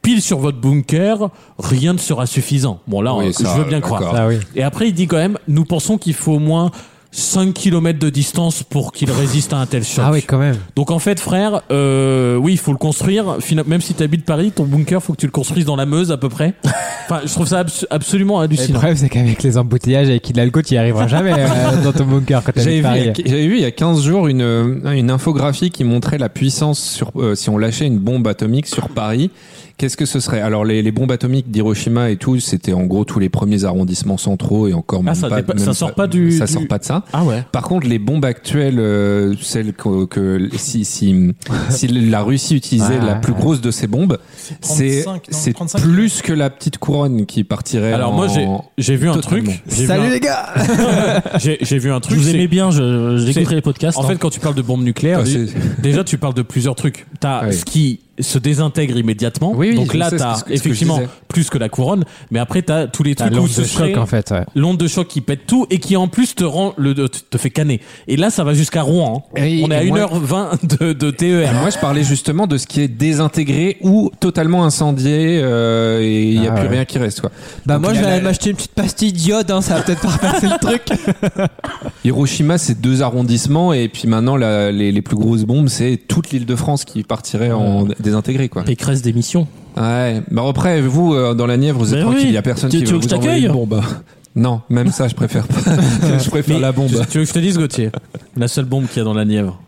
Speaker 2: pile sur votre bunker, rien ne sera suffisant. Bon, là,
Speaker 6: Oui,
Speaker 2: on-
Speaker 6: ça,
Speaker 2: je veux bien
Speaker 6: d'accord.
Speaker 2: croire.
Speaker 5: Ah oui.
Speaker 2: Et après, il dit quand même, nous pensons qu'il faut au moins 5 km de distance pour qu'il résiste à un tel choc.
Speaker 5: Ah oui, quand même.
Speaker 2: Donc en fait, frère, euh, oui, il faut le construire. Fina- Même si tu habites Paris, ton bunker, faut que tu le construises dans la Meuse à peu près. Enfin, je trouve ça abs- absolument
Speaker 5: Le
Speaker 2: hallucinant.
Speaker 5: problème, c'est qu'avec les embouteillages et de l'alcool, tu y arriveras jamais euh, dans ton bunker quand t'habites
Speaker 6: J'avais vu, il y
Speaker 5: Paris.
Speaker 6: a- j'avais vu il y a 15 jours une, euh, une infographie qui montrait la puissance sur, euh, si on lâchait une bombe atomique sur Paris. Qu'est-ce que ce serait Alors les, les bombes atomiques d'Hiroshima et tout, c'était en gros tous les premiers arrondissements centraux et encore même
Speaker 2: Ah, ça
Speaker 6: pas,
Speaker 2: dépa-
Speaker 6: même
Speaker 2: ça sort pas du-
Speaker 6: ça
Speaker 2: du-
Speaker 6: sort pas de ça.
Speaker 2: Ah ouais.
Speaker 6: Par contre, les bombes actuelles, euh, celles que, que- si, si, si la Russie utilisait
Speaker 5: Ouais,
Speaker 6: la
Speaker 5: ouais,
Speaker 6: plus
Speaker 5: ouais.
Speaker 6: grosse de ces bombes, c'est
Speaker 3: 35, non,
Speaker 6: c'est
Speaker 3: 35.
Speaker 6: plus que la petite couronne qui partirait.
Speaker 2: Alors moi,
Speaker 6: en-
Speaker 2: j'ai j'ai vu un
Speaker 6: Totalement.
Speaker 2: truc. J'ai vu un-
Speaker 5: les gars
Speaker 2: J'ai j'ai vu un
Speaker 4: Je
Speaker 2: truc.
Speaker 4: vous
Speaker 2: c'est-
Speaker 4: aimais bien, je- j'écouterai
Speaker 2: c'est-
Speaker 4: les podcasts.
Speaker 2: En
Speaker 4: hein.
Speaker 2: fait, quand tu parles de bombe nucléaire,
Speaker 6: Ah,
Speaker 2: dé- déjà tu parles de plusieurs trucs. T'as
Speaker 6: Ah oui.
Speaker 2: ce qui se désintègre immédiatement.
Speaker 6: Oui, oui,
Speaker 2: donc
Speaker 6: je
Speaker 2: là,
Speaker 6: sais ce que-
Speaker 2: t'as
Speaker 6: ce que je
Speaker 2: effectivement
Speaker 6: disais.
Speaker 2: plus que la couronne, mais après t'as tous les
Speaker 5: T'as
Speaker 2: trucs où
Speaker 5: l'onde
Speaker 2: ce
Speaker 5: de
Speaker 2: serait
Speaker 5: choc, en fait, ouais.
Speaker 2: l'onde de choc qui pète tout et qui en plus te rend le te te fait canner. Et là, ça va jusqu'à Rouen. hein.
Speaker 6: Et-
Speaker 2: On est à
Speaker 6: et moi-
Speaker 2: 1h20 de, E de TER.
Speaker 6: Ah, Moi, je parlais justement de ce qui est désintégré ou totalement incendié euh, et il n'y a
Speaker 5: Ah
Speaker 6: plus
Speaker 5: ouais.
Speaker 6: rien qui reste. Quoi.
Speaker 5: Bah,
Speaker 6: Donc,
Speaker 5: moi,
Speaker 6: il y
Speaker 5: je
Speaker 6: a
Speaker 5: vais
Speaker 6: la-
Speaker 5: aller m'acheter une petite pastille d'iode, hein, ça va peut-être pas repasser le truc.
Speaker 6: Hiroshima, c'est deux arrondissements et puis maintenant, la- les, les plus grosses bombes, c'est toute l'île de France qui partirait en désintégré. Quoi.
Speaker 4: Pécresse d'émission.
Speaker 6: Ouais. Bah après, vous, euh, dans la Nièvre, vous êtes
Speaker 4: Mais
Speaker 6: tranquille, il
Speaker 4: oui.
Speaker 6: n'y a personne
Speaker 4: Tu-
Speaker 6: qui
Speaker 4: tu
Speaker 6: va
Speaker 4: veux que
Speaker 6: vous
Speaker 4: je
Speaker 6: envoyer
Speaker 4: t'accueille
Speaker 6: une bombe. Non, même ça, je préfère pas. je préfère
Speaker 2: Mais
Speaker 6: la bombe.
Speaker 2: Tu, tu veux que je te dise, Gauthier La seule bombe qu'il y a dans la Nièvre,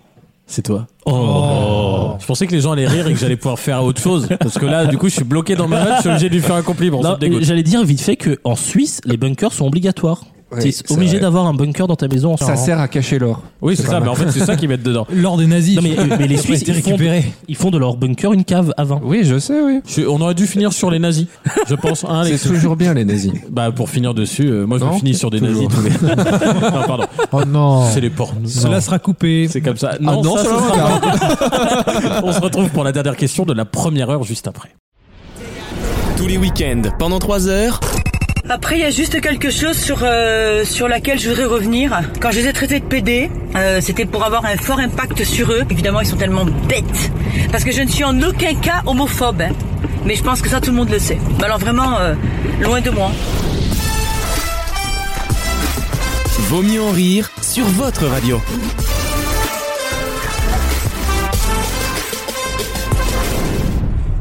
Speaker 2: c'est toi. Oh. Je pensais que les gens allaient rire et que j'allais pouvoir faire autre chose. Parce que là, du coup, je suis bloqué dans ma note, je suis obligé de lui faire un compliment. ça
Speaker 4: Non,
Speaker 2: me dégoûte.
Speaker 4: J'allais dire vite fait que en Suisse, les bunkers sont obligatoires.
Speaker 6: Ouais,
Speaker 4: T'es
Speaker 6: c'est
Speaker 4: obligé
Speaker 6: vrai.
Speaker 4: d'avoir un bunker dans ta maison. en
Speaker 6: Ça
Speaker 4: temps.
Speaker 6: sert à cacher l'or.
Speaker 2: Oui, c'est ça, mais en fait, c'est ça qu'ils mettent dedans.
Speaker 3: L'or des nazis.
Speaker 4: Non, mais, euh, mais les Suisses,
Speaker 3: été
Speaker 4: ils font, de, ils font de leur bunker une cave à vin.
Speaker 6: Oui, je sais, oui.
Speaker 2: Je- on aurait dû finir sur les nazis, je pense. Hein,
Speaker 6: C'est
Speaker 2: Alex
Speaker 6: toujours bien, les nazis.
Speaker 2: Bah, pour finir dessus, euh, moi, je me
Speaker 6: Non,
Speaker 2: finis sur des
Speaker 6: toujours.
Speaker 2: nazis tous les. non, pardon,
Speaker 5: Oh non
Speaker 2: c'est les pornos.
Speaker 3: Cela sera coupé.
Speaker 2: C'est comme ça. Non,
Speaker 5: Ah non,
Speaker 2: ça,
Speaker 5: ça
Speaker 2: ce
Speaker 5: va,
Speaker 2: sera- on se retrouve pour la dernière question de la première heure juste après.
Speaker 1: Tous les week-ends, pendant 3 heures,
Speaker 7: Après, il y a juste quelque chose sur, euh, sur laquelle je voudrais revenir. Quand je les ai traités de PD, euh, c'était pour avoir un fort impact sur eux. Évidemment, ils sont tellement bêtes. Parce que je ne suis en aucun cas homophobe. hein. Mais je pense que ça, tout le monde le sait. Mais alors vraiment, euh, loin de moi.
Speaker 1: Vaut mieux en rire sur votre radio.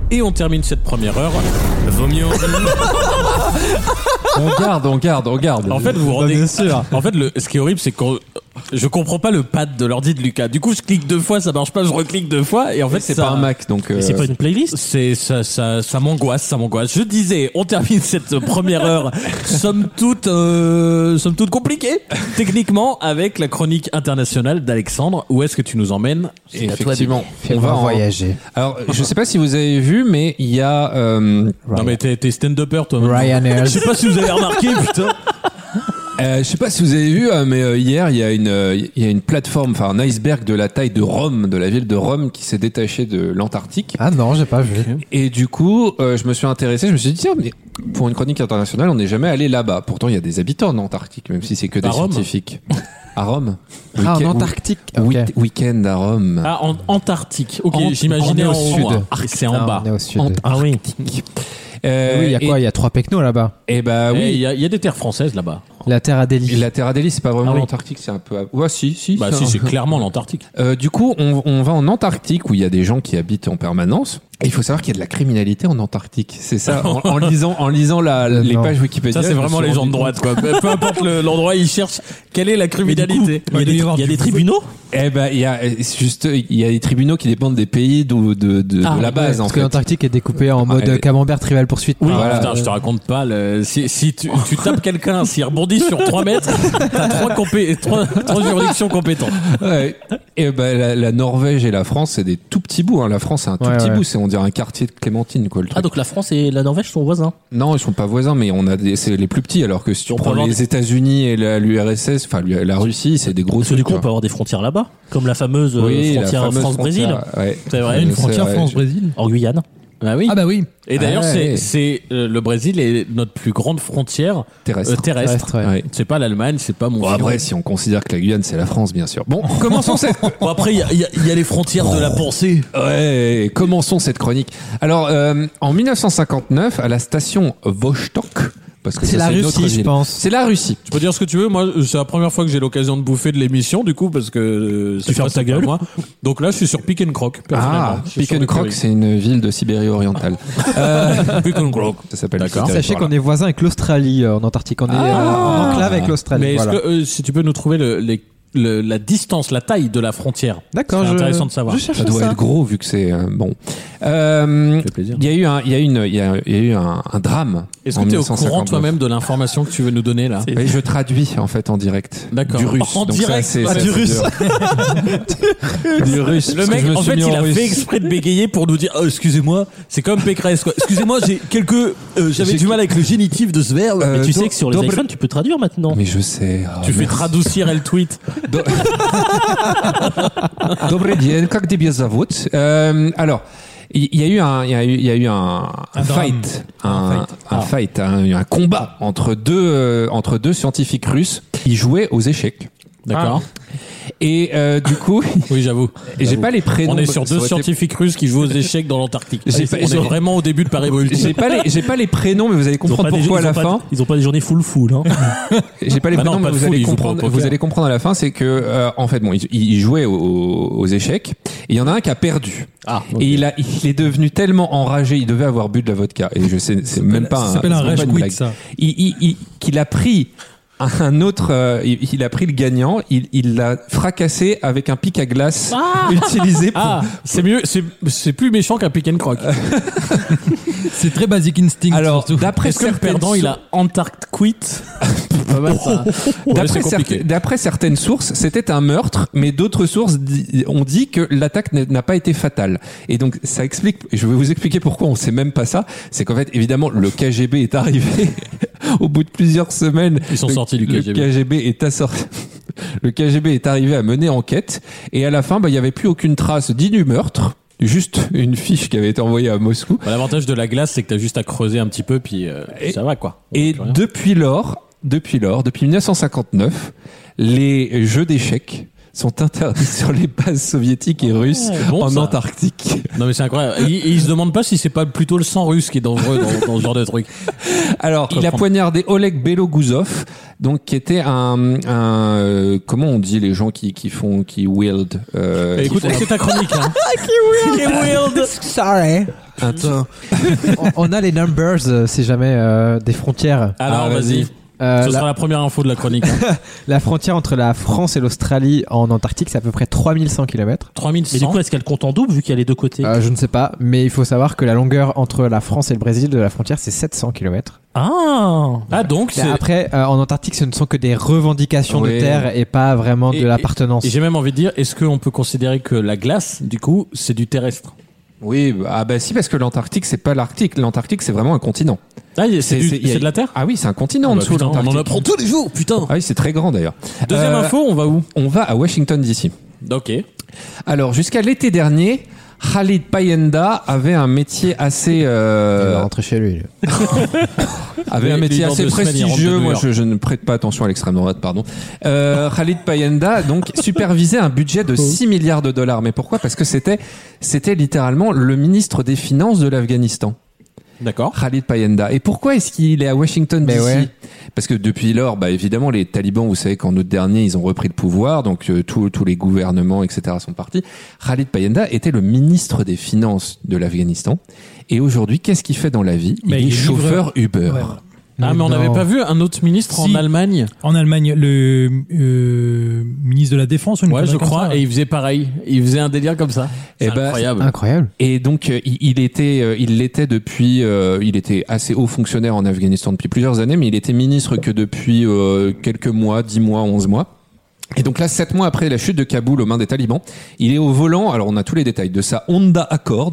Speaker 2: Et on termine cette première heure.
Speaker 1: Vaut mieux en rire
Speaker 6: On garde, on garde, on garde.
Speaker 2: En fait, vous vous
Speaker 5: Bah,
Speaker 2: rendez
Speaker 5: bien sûr.
Speaker 2: En fait, le, ce qui est horrible, c'est que je comprends pas le pad de l'ordi de Lucas. Du coup, je clique deux fois, ça marche pas, je reclique deux fois, et en fait,
Speaker 6: c'est
Speaker 2: ça-
Speaker 6: pas un Mac, donc. euh,
Speaker 4: C'est pas une playlist
Speaker 2: C'est ça, ça, ça m'angoisse, ça m'angoisse. Je disais, on termine cette première heure, somme toute, euh, somme toute compliquée, techniquement, avec la chronique internationale d'Alexandre. Où est-ce que tu nous emmènes
Speaker 6: Et effectivement, on
Speaker 5: On
Speaker 6: va
Speaker 5: va
Speaker 6: en-
Speaker 5: voyager.
Speaker 6: Alors, je sais pas si vous avez vu, mais il y a. euh,
Speaker 2: Non mais t'es t'es stand-upper toi. maintenant.
Speaker 5: Ryanair.
Speaker 2: Je sais pas si vous avez remarqué, putain.
Speaker 6: euh, je sais pas si vous avez vu, hein, mais euh, hier, il y a une, euh, il y a une plateforme, enfin un iceberg de la taille de Rome, de la ville de Rome, qui s'est détaché de l'Antarctique.
Speaker 5: Ah non, j'ai pas vu.
Speaker 6: Et du coup, euh, je me suis intéressé, je me suis dit tiens, mais pour une chronique internationale, on n'est jamais allé là-bas. Pourtant, il y a des habitants en Antarctique, même si c'est que des
Speaker 2: À Rome
Speaker 6: scientifiques. À Rome.
Speaker 5: Ah, en
Speaker 6: Week-
Speaker 5: Antarctique.
Speaker 6: week-
Speaker 5: Ok.
Speaker 6: Week-end à Rome.
Speaker 2: Ah, en Antarctique. Ok,
Speaker 5: En-
Speaker 2: j'imaginais
Speaker 5: on est
Speaker 2: en
Speaker 5: au
Speaker 2: haut.
Speaker 5: sud.
Speaker 2: moi. Ah, c'est en
Speaker 5: Ah,
Speaker 2: bas.
Speaker 5: on est au sud.
Speaker 4: Ah oui.
Speaker 6: Euh,
Speaker 5: oui, il y a quoi Il y a trois pecnos là-bas.
Speaker 6: Et, et bah
Speaker 2: Eh, Il
Speaker 6: oui.
Speaker 2: y, a- il y a des terres françaises là-bas.
Speaker 5: La Terre
Speaker 6: Et
Speaker 5: Adélie.
Speaker 6: la Terra Deli, c'est pas vraiment
Speaker 4: Ah oui.
Speaker 6: l'Antarctique, c'est un peu. à- Ouais, si, si.
Speaker 2: Bah
Speaker 6: c'est
Speaker 2: si,
Speaker 6: un-
Speaker 2: c'est clairement l'Antarctique.
Speaker 6: Euh, du coup, on, on va en Antarctique où il y a des gens qui habitent en permanence. Et il faut savoir qu'il y a de la criminalité en Antarctique. C'est ça. En, en lisant, en lisant la, les
Speaker 5: Euh, Non.
Speaker 6: pages
Speaker 2: Ça,
Speaker 6: Wikipédia.
Speaker 2: c'est
Speaker 6: je me
Speaker 2: vraiment
Speaker 6: suis
Speaker 2: les gens
Speaker 6: rendu
Speaker 2: de droite, quoi. Peu importe le- l'endroit, ils cherchent quelle est la criminalité.
Speaker 4: Il y a des,
Speaker 3: y avoir
Speaker 4: il y a
Speaker 3: du
Speaker 4: des
Speaker 3: fou.
Speaker 4: tribunaux
Speaker 6: compte. Eh ben, il y a c'est juste, il y a des tribunaux qui dépendent des pays d'où- de, de, de
Speaker 2: Ah,
Speaker 6: la base. en
Speaker 5: Parce que
Speaker 6: fait.
Speaker 5: l'Antarctique Ah, est découpée en mode
Speaker 6: elle-
Speaker 5: camembert tribal poursuite.
Speaker 2: Oui,
Speaker 5: Ah, voilà.
Speaker 2: putain, je te raconte pas. le- Si, si tu, tu tapes quelqu'un, s'il rebondit sur 3 mètres, t'as 3, trois trois juridictions compétentes.
Speaker 6: Eh Ouais. Et ben, la, la Norvège et la France, c'est des tout petits bouts. hein. La France, c'est un tout
Speaker 5: Ouais,
Speaker 6: petit
Speaker 5: ouais.
Speaker 6: bout. C'est on on dirait un quartier de Clémentine, quoi. Le truc.
Speaker 4: Ah, donc la France et la Norvège sont voisins.
Speaker 6: Non, ils sont pas voisins, mais on a des, c'est les plus petits. Alors que si tu
Speaker 4: On peut
Speaker 6: prends
Speaker 4: avoir
Speaker 6: les
Speaker 4: des-
Speaker 6: États-Unis et la- l'URSS, enfin l'U- la Russie, c'est des gros.
Speaker 4: Parce que du coup,
Speaker 6: trucs,
Speaker 4: on peut
Speaker 6: quoi.
Speaker 4: avoir des frontières là-bas, comme la fameuse euh,
Speaker 6: Oui, la
Speaker 4: frontière
Speaker 6: fameuse
Speaker 4: France-Brésil.
Speaker 6: frontière, ouais.
Speaker 4: C'est
Speaker 6: Ouais,
Speaker 4: vrai.
Speaker 3: Une
Speaker 6: c'est
Speaker 3: frontière
Speaker 6: vrai,
Speaker 3: France-Brésil.
Speaker 4: En Guyane.
Speaker 2: Ah oui.
Speaker 3: Ah bah oui.
Speaker 2: Et d'ailleurs,
Speaker 6: Ah
Speaker 2: c'est-
Speaker 6: ouais.
Speaker 2: c'est euh, le Brésil est notre plus grande frontière
Speaker 6: Terrestre.
Speaker 2: euh, terrestre.
Speaker 5: Terrestre, ouais.
Speaker 6: Ouais.
Speaker 2: C'est pas l'Allemagne, c'est pas mon.
Speaker 6: Bon, après, si on considère que la Guyane, c'est la France, bien sûr. Bon, commençons cette.
Speaker 2: Bon, après, il y a- il y, a- il y a les frontières de la pensée.
Speaker 6: Ouais, commençons cette chronique. Alors, euh, en 1959, à la station Vostok, parce que
Speaker 5: C'est
Speaker 6: ça,
Speaker 5: la
Speaker 6: une autre
Speaker 5: Russie, je
Speaker 6: ville.
Speaker 5: pense.
Speaker 6: C'est la Russie.
Speaker 2: Tu peux dire ce que tu veux. Moi, c'est la première fois que j'ai l'occasion de bouffer de l'émission, du coup, parce que euh, ça
Speaker 4: Tu fermes
Speaker 2: passe
Speaker 4: ta
Speaker 2: pas
Speaker 4: gueule.
Speaker 2: moi. Donc là, je suis sur Pick and Croc.
Speaker 6: Ah, Croc, c'est une ville de Sibérie orientale.
Speaker 2: Pick and Croc.
Speaker 6: Ça s'appelle.
Speaker 2: D'accord.
Speaker 6: ce
Speaker 5: Sachez
Speaker 6: territoire-là.
Speaker 5: qu'on est voisins avec l'Australie euh, en Antarctique. On est euh, en enclave avec l'Australie.
Speaker 2: Mais est-ce
Speaker 5: voilà.
Speaker 2: que euh, si tu peux nous trouver le- les- le- la distance, la taille de la frontière
Speaker 5: D'accord,
Speaker 2: C'est
Speaker 5: je-
Speaker 2: intéressant de savoir.
Speaker 5: Je cherche
Speaker 6: Ça doit être gros vu que c'est euh, bon. Euh,
Speaker 2: fait plaisir.
Speaker 6: il y a eu un, il y a eu une, il y a, il y a eu un, un drame.
Speaker 2: Est-ce
Speaker 6: en
Speaker 2: que tu es au courant
Speaker 6: 1959.
Speaker 2: toi-même de l'information que tu veux nous donner là
Speaker 6: Oui, je traduis en fait en direct.
Speaker 2: D'accord.
Speaker 6: Du russe.
Speaker 2: En
Speaker 6: Donc ça,
Speaker 2: direct,
Speaker 6: c'est-
Speaker 2: ah,
Speaker 6: ça,
Speaker 2: du
Speaker 6: c'est
Speaker 2: russe.
Speaker 6: dur. Du russe.
Speaker 2: Le
Speaker 6: parce que
Speaker 2: mec,
Speaker 6: je me
Speaker 2: en
Speaker 6: suis
Speaker 2: fait,
Speaker 6: mis
Speaker 2: il a
Speaker 6: russe.
Speaker 2: fait exprès de bégayer pour nous dire oh, excusez-moi, c'est comme Pécresse quoi. Excusez-moi, j'ai quelques euh, j'avais
Speaker 6: J'ai-
Speaker 2: du mal avec le génitif de ce verbe.
Speaker 6: Euh,
Speaker 4: Mais tu
Speaker 6: do-
Speaker 4: sais que sur les
Speaker 6: dobre-
Speaker 4: iPhones, tu peux traduire maintenant.
Speaker 6: Mais je sais. Oh,
Speaker 2: tu fais
Speaker 6: merci.
Speaker 2: traducir le tweet.
Speaker 6: Do- Добрый день, как тебя зовут? Euh, alors, il il y a eu un, il y a eu, il y a eu un, un fight, un, un fight, hein, un, un combat entre deux, euh, entre deux scientifiques russes. Ils jouaient aux échecs. Ah.
Speaker 2: D'accord.
Speaker 6: Et euh, du coup,
Speaker 2: Oui, j'avoue.
Speaker 6: et j'ai pas les prénoms.
Speaker 2: On est
Speaker 6: bah,
Speaker 2: sur
Speaker 6: ça
Speaker 2: deux
Speaker 6: aurait été-
Speaker 2: scientifiques russes qui jouent aux échecs dans l'Antarctique.
Speaker 6: J'ai
Speaker 2: On
Speaker 6: pas-
Speaker 2: est
Speaker 6: j'ai-
Speaker 2: vraiment au début de Paris
Speaker 6: J'ai
Speaker 2: Brûle.
Speaker 6: pas les, j'ai pas les prénoms, mais vous allez
Speaker 4: Ils ont
Speaker 6: comprendre
Speaker 4: pas des-
Speaker 6: pourquoi à
Speaker 4: ils ont
Speaker 6: la
Speaker 4: pas-
Speaker 6: fin.
Speaker 4: Ils ont pas des journées full full. Hein.
Speaker 6: J'ai pas les
Speaker 2: Bah non,
Speaker 6: prénoms,
Speaker 2: pas
Speaker 6: mais
Speaker 2: de
Speaker 6: vous
Speaker 2: fou, ils
Speaker 6: allez
Speaker 2: jouent pas au
Speaker 6: comprendre.
Speaker 2: poker.
Speaker 6: Vous allez comprendre à la fin, c'est que euh, en fait, bon, ils, ils jouaient aux, aux échecs. Et il y en a un qui a perdu.
Speaker 2: Ah,
Speaker 6: Et il a, il est devenu tellement enragé, il devait avoir bu de la vodka. Et je sais, c'est même pas.
Speaker 3: ça s'appelle un
Speaker 6: c'est même
Speaker 3: rage
Speaker 6: pas une
Speaker 3: quit,
Speaker 6: blague.
Speaker 3: ça.
Speaker 6: Il, il- il- qu'il a pris un autre, euh, il, il a pris le gagnant, il, il l'a fracassé avec un pic à glace utilisé pour.
Speaker 2: Ah, c'est mieux, c'est c'est plus méchant qu'un pick and croc.
Speaker 3: C'est très basic instinct.
Speaker 6: Alors,
Speaker 3: surtout.
Speaker 6: d'après
Speaker 2: Est-ce que le
Speaker 6: certaines
Speaker 2: perdant, il a Antarctique quit Pas mal ça.
Speaker 6: D'après,
Speaker 2: Ouais, c'est compliqué.
Speaker 6: certes- d'après certaines sources, c'était un meurtre, mais d'autres sources di- ont dit que l'attaque n'a- n'a pas été fatale. Et donc, ça explique, et je vais vous expliquer pourquoi on sait même pas ça. C'est qu'en fait, évidemment, le KGB est arrivé au bout de plusieurs semaines.
Speaker 2: Ils sont
Speaker 6: Le-
Speaker 2: sortis du
Speaker 6: Le
Speaker 2: KGB.
Speaker 6: KGB est assorti. Le KGB est arrivé à mener enquête et à la fin, bah, il n'y avait plus aucune trace ni du meurtre, juste une fiche qui avait été envoyée à Moscou.
Speaker 2: Bah, L'avantage de la glace, c'est que t'as juste à creuser un petit peu, puis euh,
Speaker 6: Et-
Speaker 2: ça va quoi. euh, On
Speaker 6: Et
Speaker 2: fait plus rien.
Speaker 6: depuis lors, depuis lors, depuis 1959, les jeux d'échecs sont interdits sur les bases soviétiques et russes
Speaker 2: Ah, bon,
Speaker 6: en
Speaker 2: ça.
Speaker 6: Antarctique.
Speaker 2: Non mais c'est incroyable. Ils, ils se demandent pas si c'est pas plutôt le sang russe qui est dangereux dans, dans ce genre de truc.
Speaker 6: Alors, il a
Speaker 2: Reprends.
Speaker 6: poignardé Oleg Belogouzov, donc qui était un, un euh, comment on dit les gens qui qui font qui wield euh, qui
Speaker 2: Bah, écoute,
Speaker 6: font la-
Speaker 2: c'est ta chronique. hein.
Speaker 5: Sorry. on, on a les numbers, euh, si jamais, euh, des frontières.
Speaker 2: Alors
Speaker 6: Ah,
Speaker 2: vas-y.
Speaker 6: vas-y.
Speaker 5: Euh,
Speaker 2: Ce
Speaker 5: la,
Speaker 2: sera la première info de la chronique. hein.
Speaker 5: la frontière entre la France et l'Australie en Antarctique, c'est à peu près 3100 km.
Speaker 2: 3100.
Speaker 4: Mais du coup, est-ce qu'elle compte en double vu qu'il y a les deux côtés
Speaker 6: Ah,
Speaker 5: Euh, je ne sais pas, mais il faut savoir que la longueur entre la France et le Brésil de la frontière, c'est 700 km.
Speaker 4: Ah
Speaker 2: ah donc c'est.
Speaker 5: Après, euh, en Antarctique, ce ne sont que des revendications
Speaker 6: Oui.
Speaker 5: de terre et pas vraiment
Speaker 2: Et-
Speaker 5: de l'appartenance.
Speaker 2: Et j'ai même envie de dire, est-ce qu'on peut considérer que la glace, du coup, c'est du terrestre
Speaker 6: Oui, bah, ah bah si parce que l'Antarctique c'est pas l'Arctique, l'Antarctique c'est vraiment un continent.
Speaker 2: Ah, c'est, du-
Speaker 6: il y a-
Speaker 2: c'est de la Terre
Speaker 6: Ah oui, c'est un continent
Speaker 2: Ah
Speaker 6: en
Speaker 2: bah
Speaker 6: dessous de
Speaker 2: putain, On en
Speaker 6: l'Antarctique.
Speaker 2: apprend tous les jours, putain
Speaker 6: Ah oui, c'est très grand d'ailleurs.
Speaker 2: Deuxième
Speaker 6: Euh,
Speaker 2: info, on va où
Speaker 6: On va à Washington DC.
Speaker 2: Ok.
Speaker 6: Alors, jusqu'à l'été dernier, Khalid Payenda avait un métier assez,
Speaker 5: Il va
Speaker 6: euh,
Speaker 5: rentrer chez lui.
Speaker 6: avait
Speaker 2: Mais-
Speaker 6: un
Speaker 2: mais
Speaker 6: métier
Speaker 2: dans
Speaker 6: assez
Speaker 2: deux semaines, il rentre de
Speaker 6: prestigieux.
Speaker 2: New
Speaker 6: Moi,
Speaker 2: York.
Speaker 6: je, je ne prête pas attention à l'extrême droite, pardon. Euh, Khalid Payenda, donc, supervisait un budget
Speaker 2: Oh.
Speaker 6: de 6 milliards de dollars. Mais pourquoi? Parce que c'était, c'était littéralement le ministre des Finances de l'Afghanistan.
Speaker 2: D'accord.
Speaker 6: Khalid Payenda. Et pourquoi est-ce qu'il est à Washington
Speaker 5: Mais
Speaker 6: DC
Speaker 5: ouais.
Speaker 6: Parce que depuis lors, bah, évidemment, les talibans, vous savez qu'en août dernier, ils ont repris le pouvoir, donc euh, tous- tous les gouvernements, etc. sont partis. Khalid Payenda était le ministre des Finances de l'Afghanistan. Et aujourd'hui, qu'est-ce qu'il fait dans la vie il,
Speaker 3: Mais
Speaker 6: est
Speaker 3: il est
Speaker 6: chauffeur Uber.
Speaker 3: Ouais.
Speaker 2: Ah, mais on
Speaker 5: Non.
Speaker 2: n'avait pas vu un autre ministre en
Speaker 3: Si.
Speaker 2: Allemagne
Speaker 3: En Allemagne, le euh, ministre de la Défense, ou une
Speaker 2: Ouais,
Speaker 3: connerie
Speaker 2: je
Speaker 3: comme
Speaker 2: crois,
Speaker 3: ça.
Speaker 2: et il faisait pareil. Il faisait un délire comme ça.
Speaker 6: Eh
Speaker 2: C'est
Speaker 6: ben,
Speaker 2: incroyable.
Speaker 5: Incroyable.
Speaker 6: Et donc, euh, il, il était, euh, il l'était depuis, euh, il était assez haut fonctionnaire en Afghanistan depuis plusieurs années, mais il était ministre que depuis euh, quelques mois, 10 mois, 11 mois. Et donc là, sept mois après la chute de Kaboul aux mains des talibans, il est au volant, alors on a tous les détails, de sa Honda Accord,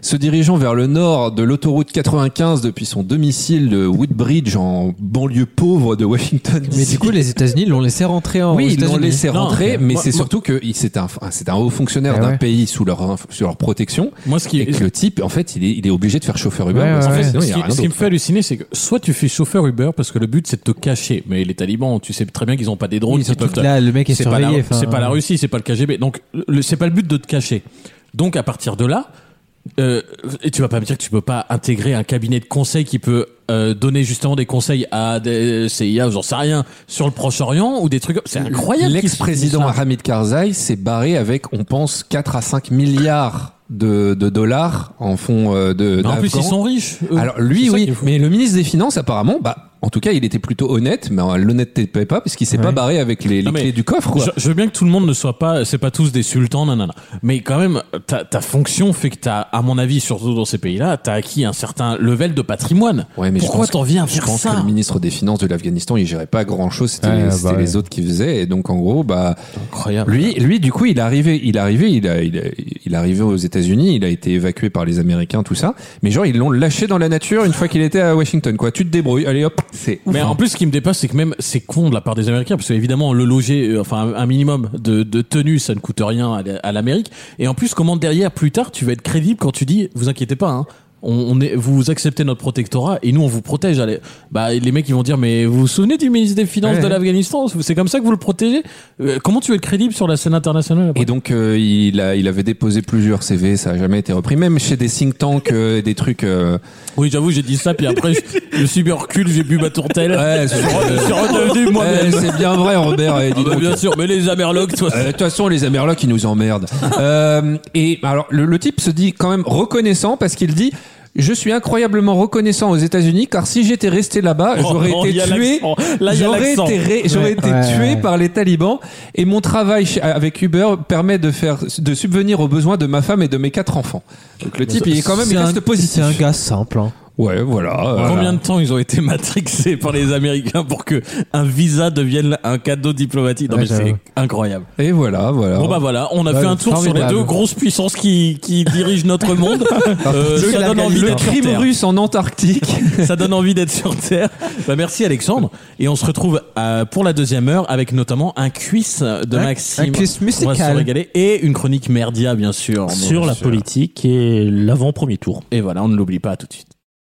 Speaker 6: Se dirigeant vers le nord de l'autoroute 95 depuis son domicile de Woodbridge en banlieue pauvre de Washington
Speaker 5: Mais
Speaker 6: DC.
Speaker 5: du coup, les États-Unis l'ont laissé rentrer en. aux
Speaker 6: oui, ils l'ont
Speaker 5: États-Unis.
Speaker 6: laissé
Speaker 2: Non,
Speaker 6: rentrer, mais
Speaker 2: moi-
Speaker 6: c'est
Speaker 2: moi-
Speaker 6: surtout que il- c'est un, un- c'est un haut fonctionnaire
Speaker 5: Ah
Speaker 6: d'un
Speaker 5: ouais.
Speaker 6: pays sous leur, inf- sous leur protection.
Speaker 2: Moi, ce qui,
Speaker 6: Et que le type, en fait, il est, il est obligé de faire chauffeur Uber.
Speaker 5: Ouais,
Speaker 6: parce que
Speaker 5: ouais, ouais.
Speaker 6: sinon,
Speaker 2: ce
Speaker 6: il y a
Speaker 2: qui,
Speaker 6: rien
Speaker 2: ce qui me
Speaker 6: d'autre.
Speaker 2: fait halluciner, c'est que soit tu fais chauffeur Uber parce que le but c'est de te cacher, mais les talibans, tu sais très bien qu'ils n'ont pas des drones
Speaker 5: Oui,
Speaker 2: qui
Speaker 5: surtout
Speaker 2: peuvent.
Speaker 5: que
Speaker 2: te-
Speaker 5: là, le mec est,
Speaker 2: c'est pas, la,
Speaker 5: surveillé.
Speaker 2: c'est
Speaker 5: enfin.
Speaker 2: pas la Russie, c'est pas le KGB. Donc, le- c'est pas le but de te cacher. Donc, à partir de là, euh, et tu vas pas me dire que tu peux pas intégrer un cabinet de conseil qui peut euh, donner justement des conseils à des CIA, j'en sais rien, sur le Proche-Orient ou des trucs. C'est incroyable. qu'ils se-
Speaker 6: L'ex-président Hamid Karzai s'est barré avec, on pense, 4 à 5 milliards de, de dollars en fonds euh, de.
Speaker 2: Mais en plus,
Speaker 6: d'Afghans.
Speaker 2: ils sont riches. eux.
Speaker 6: Alors lui,
Speaker 2: C'est ça
Speaker 6: oui,
Speaker 2: qui est fou.
Speaker 6: mais le ministre des Finances, apparemment, bah, en tout cas, il était plutôt honnête, mais euh, l'honnêteté ne paie pas, parce qu'il s'est pas
Speaker 5: Ouais.
Speaker 6: barré avec les, les
Speaker 2: Non, mais
Speaker 6: clés du coffre. Quoi.
Speaker 2: Je, je veux bien que tout le monde ne soit pas, c'est pas tous des sultans, nanana. Mais quand même, ta, ta fonction fait que t'as, à mon avis, surtout dans ces pays-là, t'as acquis un certain level de patrimoine.
Speaker 6: Ouais, mais je
Speaker 2: Pourquoi
Speaker 6: pense que-
Speaker 2: t'en viens à
Speaker 6: Je
Speaker 2: faire
Speaker 6: pense que
Speaker 2: ça
Speaker 6: le ministre des Finances de l'Afghanistan, il gérait pas grand chose, c'était
Speaker 11: Ouais,
Speaker 6: les,
Speaker 11: bah
Speaker 6: c'était
Speaker 11: ouais.
Speaker 6: les autres qui faisaient, et donc en gros, bah,
Speaker 2: Incroyable.
Speaker 6: lui, lui, du coup, il est arrivé, il est arrivé, il a, il, a- il est arrivé aux États-Unis, il a été évacué par les Américains, tout ça, mais genre ils l'ont lâché dans la nature une fois qu'il était à Washington, quoi. Tu te débrouilles, allez hop, c'est.
Speaker 2: Mais en plus, ce qui me dépasse, c'est que même c'est con de la part des Américains, parce que évidemment, le loger, euh, enfin, un- un minimum de, de tenue, ça ne coûte rien à la- à l'Amérique. Et en plus, comment derrière, plus tard, tu vas être crédible quand tu dis, vous inquiétez pas, hein, on, on est, vous acceptez notre protectorat et nous, on vous protège. Allez, bah, les mecs, ils vont dire, mais vous vous souvenez du ministre des Finances
Speaker 5: Ouais.
Speaker 2: de l'Afghanistan C'est comme ça que vous le protégez Euh, Comment tu veux être crédible sur la scène internationale après
Speaker 6: Et donc euh, il a, il avait déposé plusieurs CV, ça a jamais été repris, même chez des think tanks, euh, des trucs. euh,
Speaker 2: Oui, j'avoue, j'ai dit ça, puis après, je, je suis mis au recul, j'ai bu ma tourtelle.
Speaker 6: Ouais,
Speaker 2: je suis re- je suis redevenu
Speaker 6: Eh,
Speaker 2: moi-même.
Speaker 6: c'est bien vrai, Robert. eh,
Speaker 2: Ah
Speaker 6: dis
Speaker 2: bah,
Speaker 6: donc.
Speaker 2: bien sûr, mais les Amerlocs, toi,
Speaker 6: Euh, De toute façon, les Amerlocs, ils nous emmerdent. Euh, et alors, le, le type se dit quand même reconnaissant parce qu'il dit. Je suis incroyablement reconnaissant aux États-unis car si j'étais resté là-bas,
Speaker 2: Oh,
Speaker 6: j'aurais
Speaker 2: oh,
Speaker 6: été
Speaker 2: y a
Speaker 6: tué.
Speaker 2: l'accent. Là, y a
Speaker 6: J'aurais
Speaker 2: l'accent.
Speaker 6: été, ré- j'aurais été
Speaker 5: Ouais,
Speaker 6: tué
Speaker 5: ouais.
Speaker 6: par les talibans. Et mon travail chez- avec Uber permet de faire, de subvenir aux besoins de ma femme et de mes quatre enfants. Donc le type, il est quand même,
Speaker 5: C'est
Speaker 6: il
Speaker 5: un-
Speaker 6: reste
Speaker 5: C'est
Speaker 6: positif.
Speaker 5: un gars simple. hein.
Speaker 6: Ouais, voilà. euh,
Speaker 2: Combien de temps ils ont été matrixés par les Américains pour que un visa devienne un cadeau diplomatique Non
Speaker 5: Ouais,
Speaker 2: mais c'est
Speaker 5: j'avoue.
Speaker 2: incroyable.
Speaker 6: Et voilà, voilà.
Speaker 2: Bon bah voilà, on a
Speaker 5: Ouais,
Speaker 2: fait un tour sur
Speaker 5: formidable.
Speaker 2: les deux grosses puissances qui, qui dirigent notre monde. Euh,
Speaker 6: Le-
Speaker 2: ça donne
Speaker 6: le
Speaker 2: envie d'être sur
Speaker 6: crime
Speaker 2: Terre.
Speaker 6: russe en Antarctique.
Speaker 2: Ça donne envie d'être sur Terre. Bah merci Alexandre et on se retrouve euh, pour la deuxième heure avec notamment un quiz de
Speaker 5: Un-
Speaker 2: Maxime.
Speaker 5: un quiz
Speaker 2: On va se
Speaker 5: musical.
Speaker 2: régaler et une chronique merdia bien sûr. euh,
Speaker 4: Sur la politique et l'avant-premier tour.
Speaker 2: Et voilà, on ne l'oublie pas à tout de suite.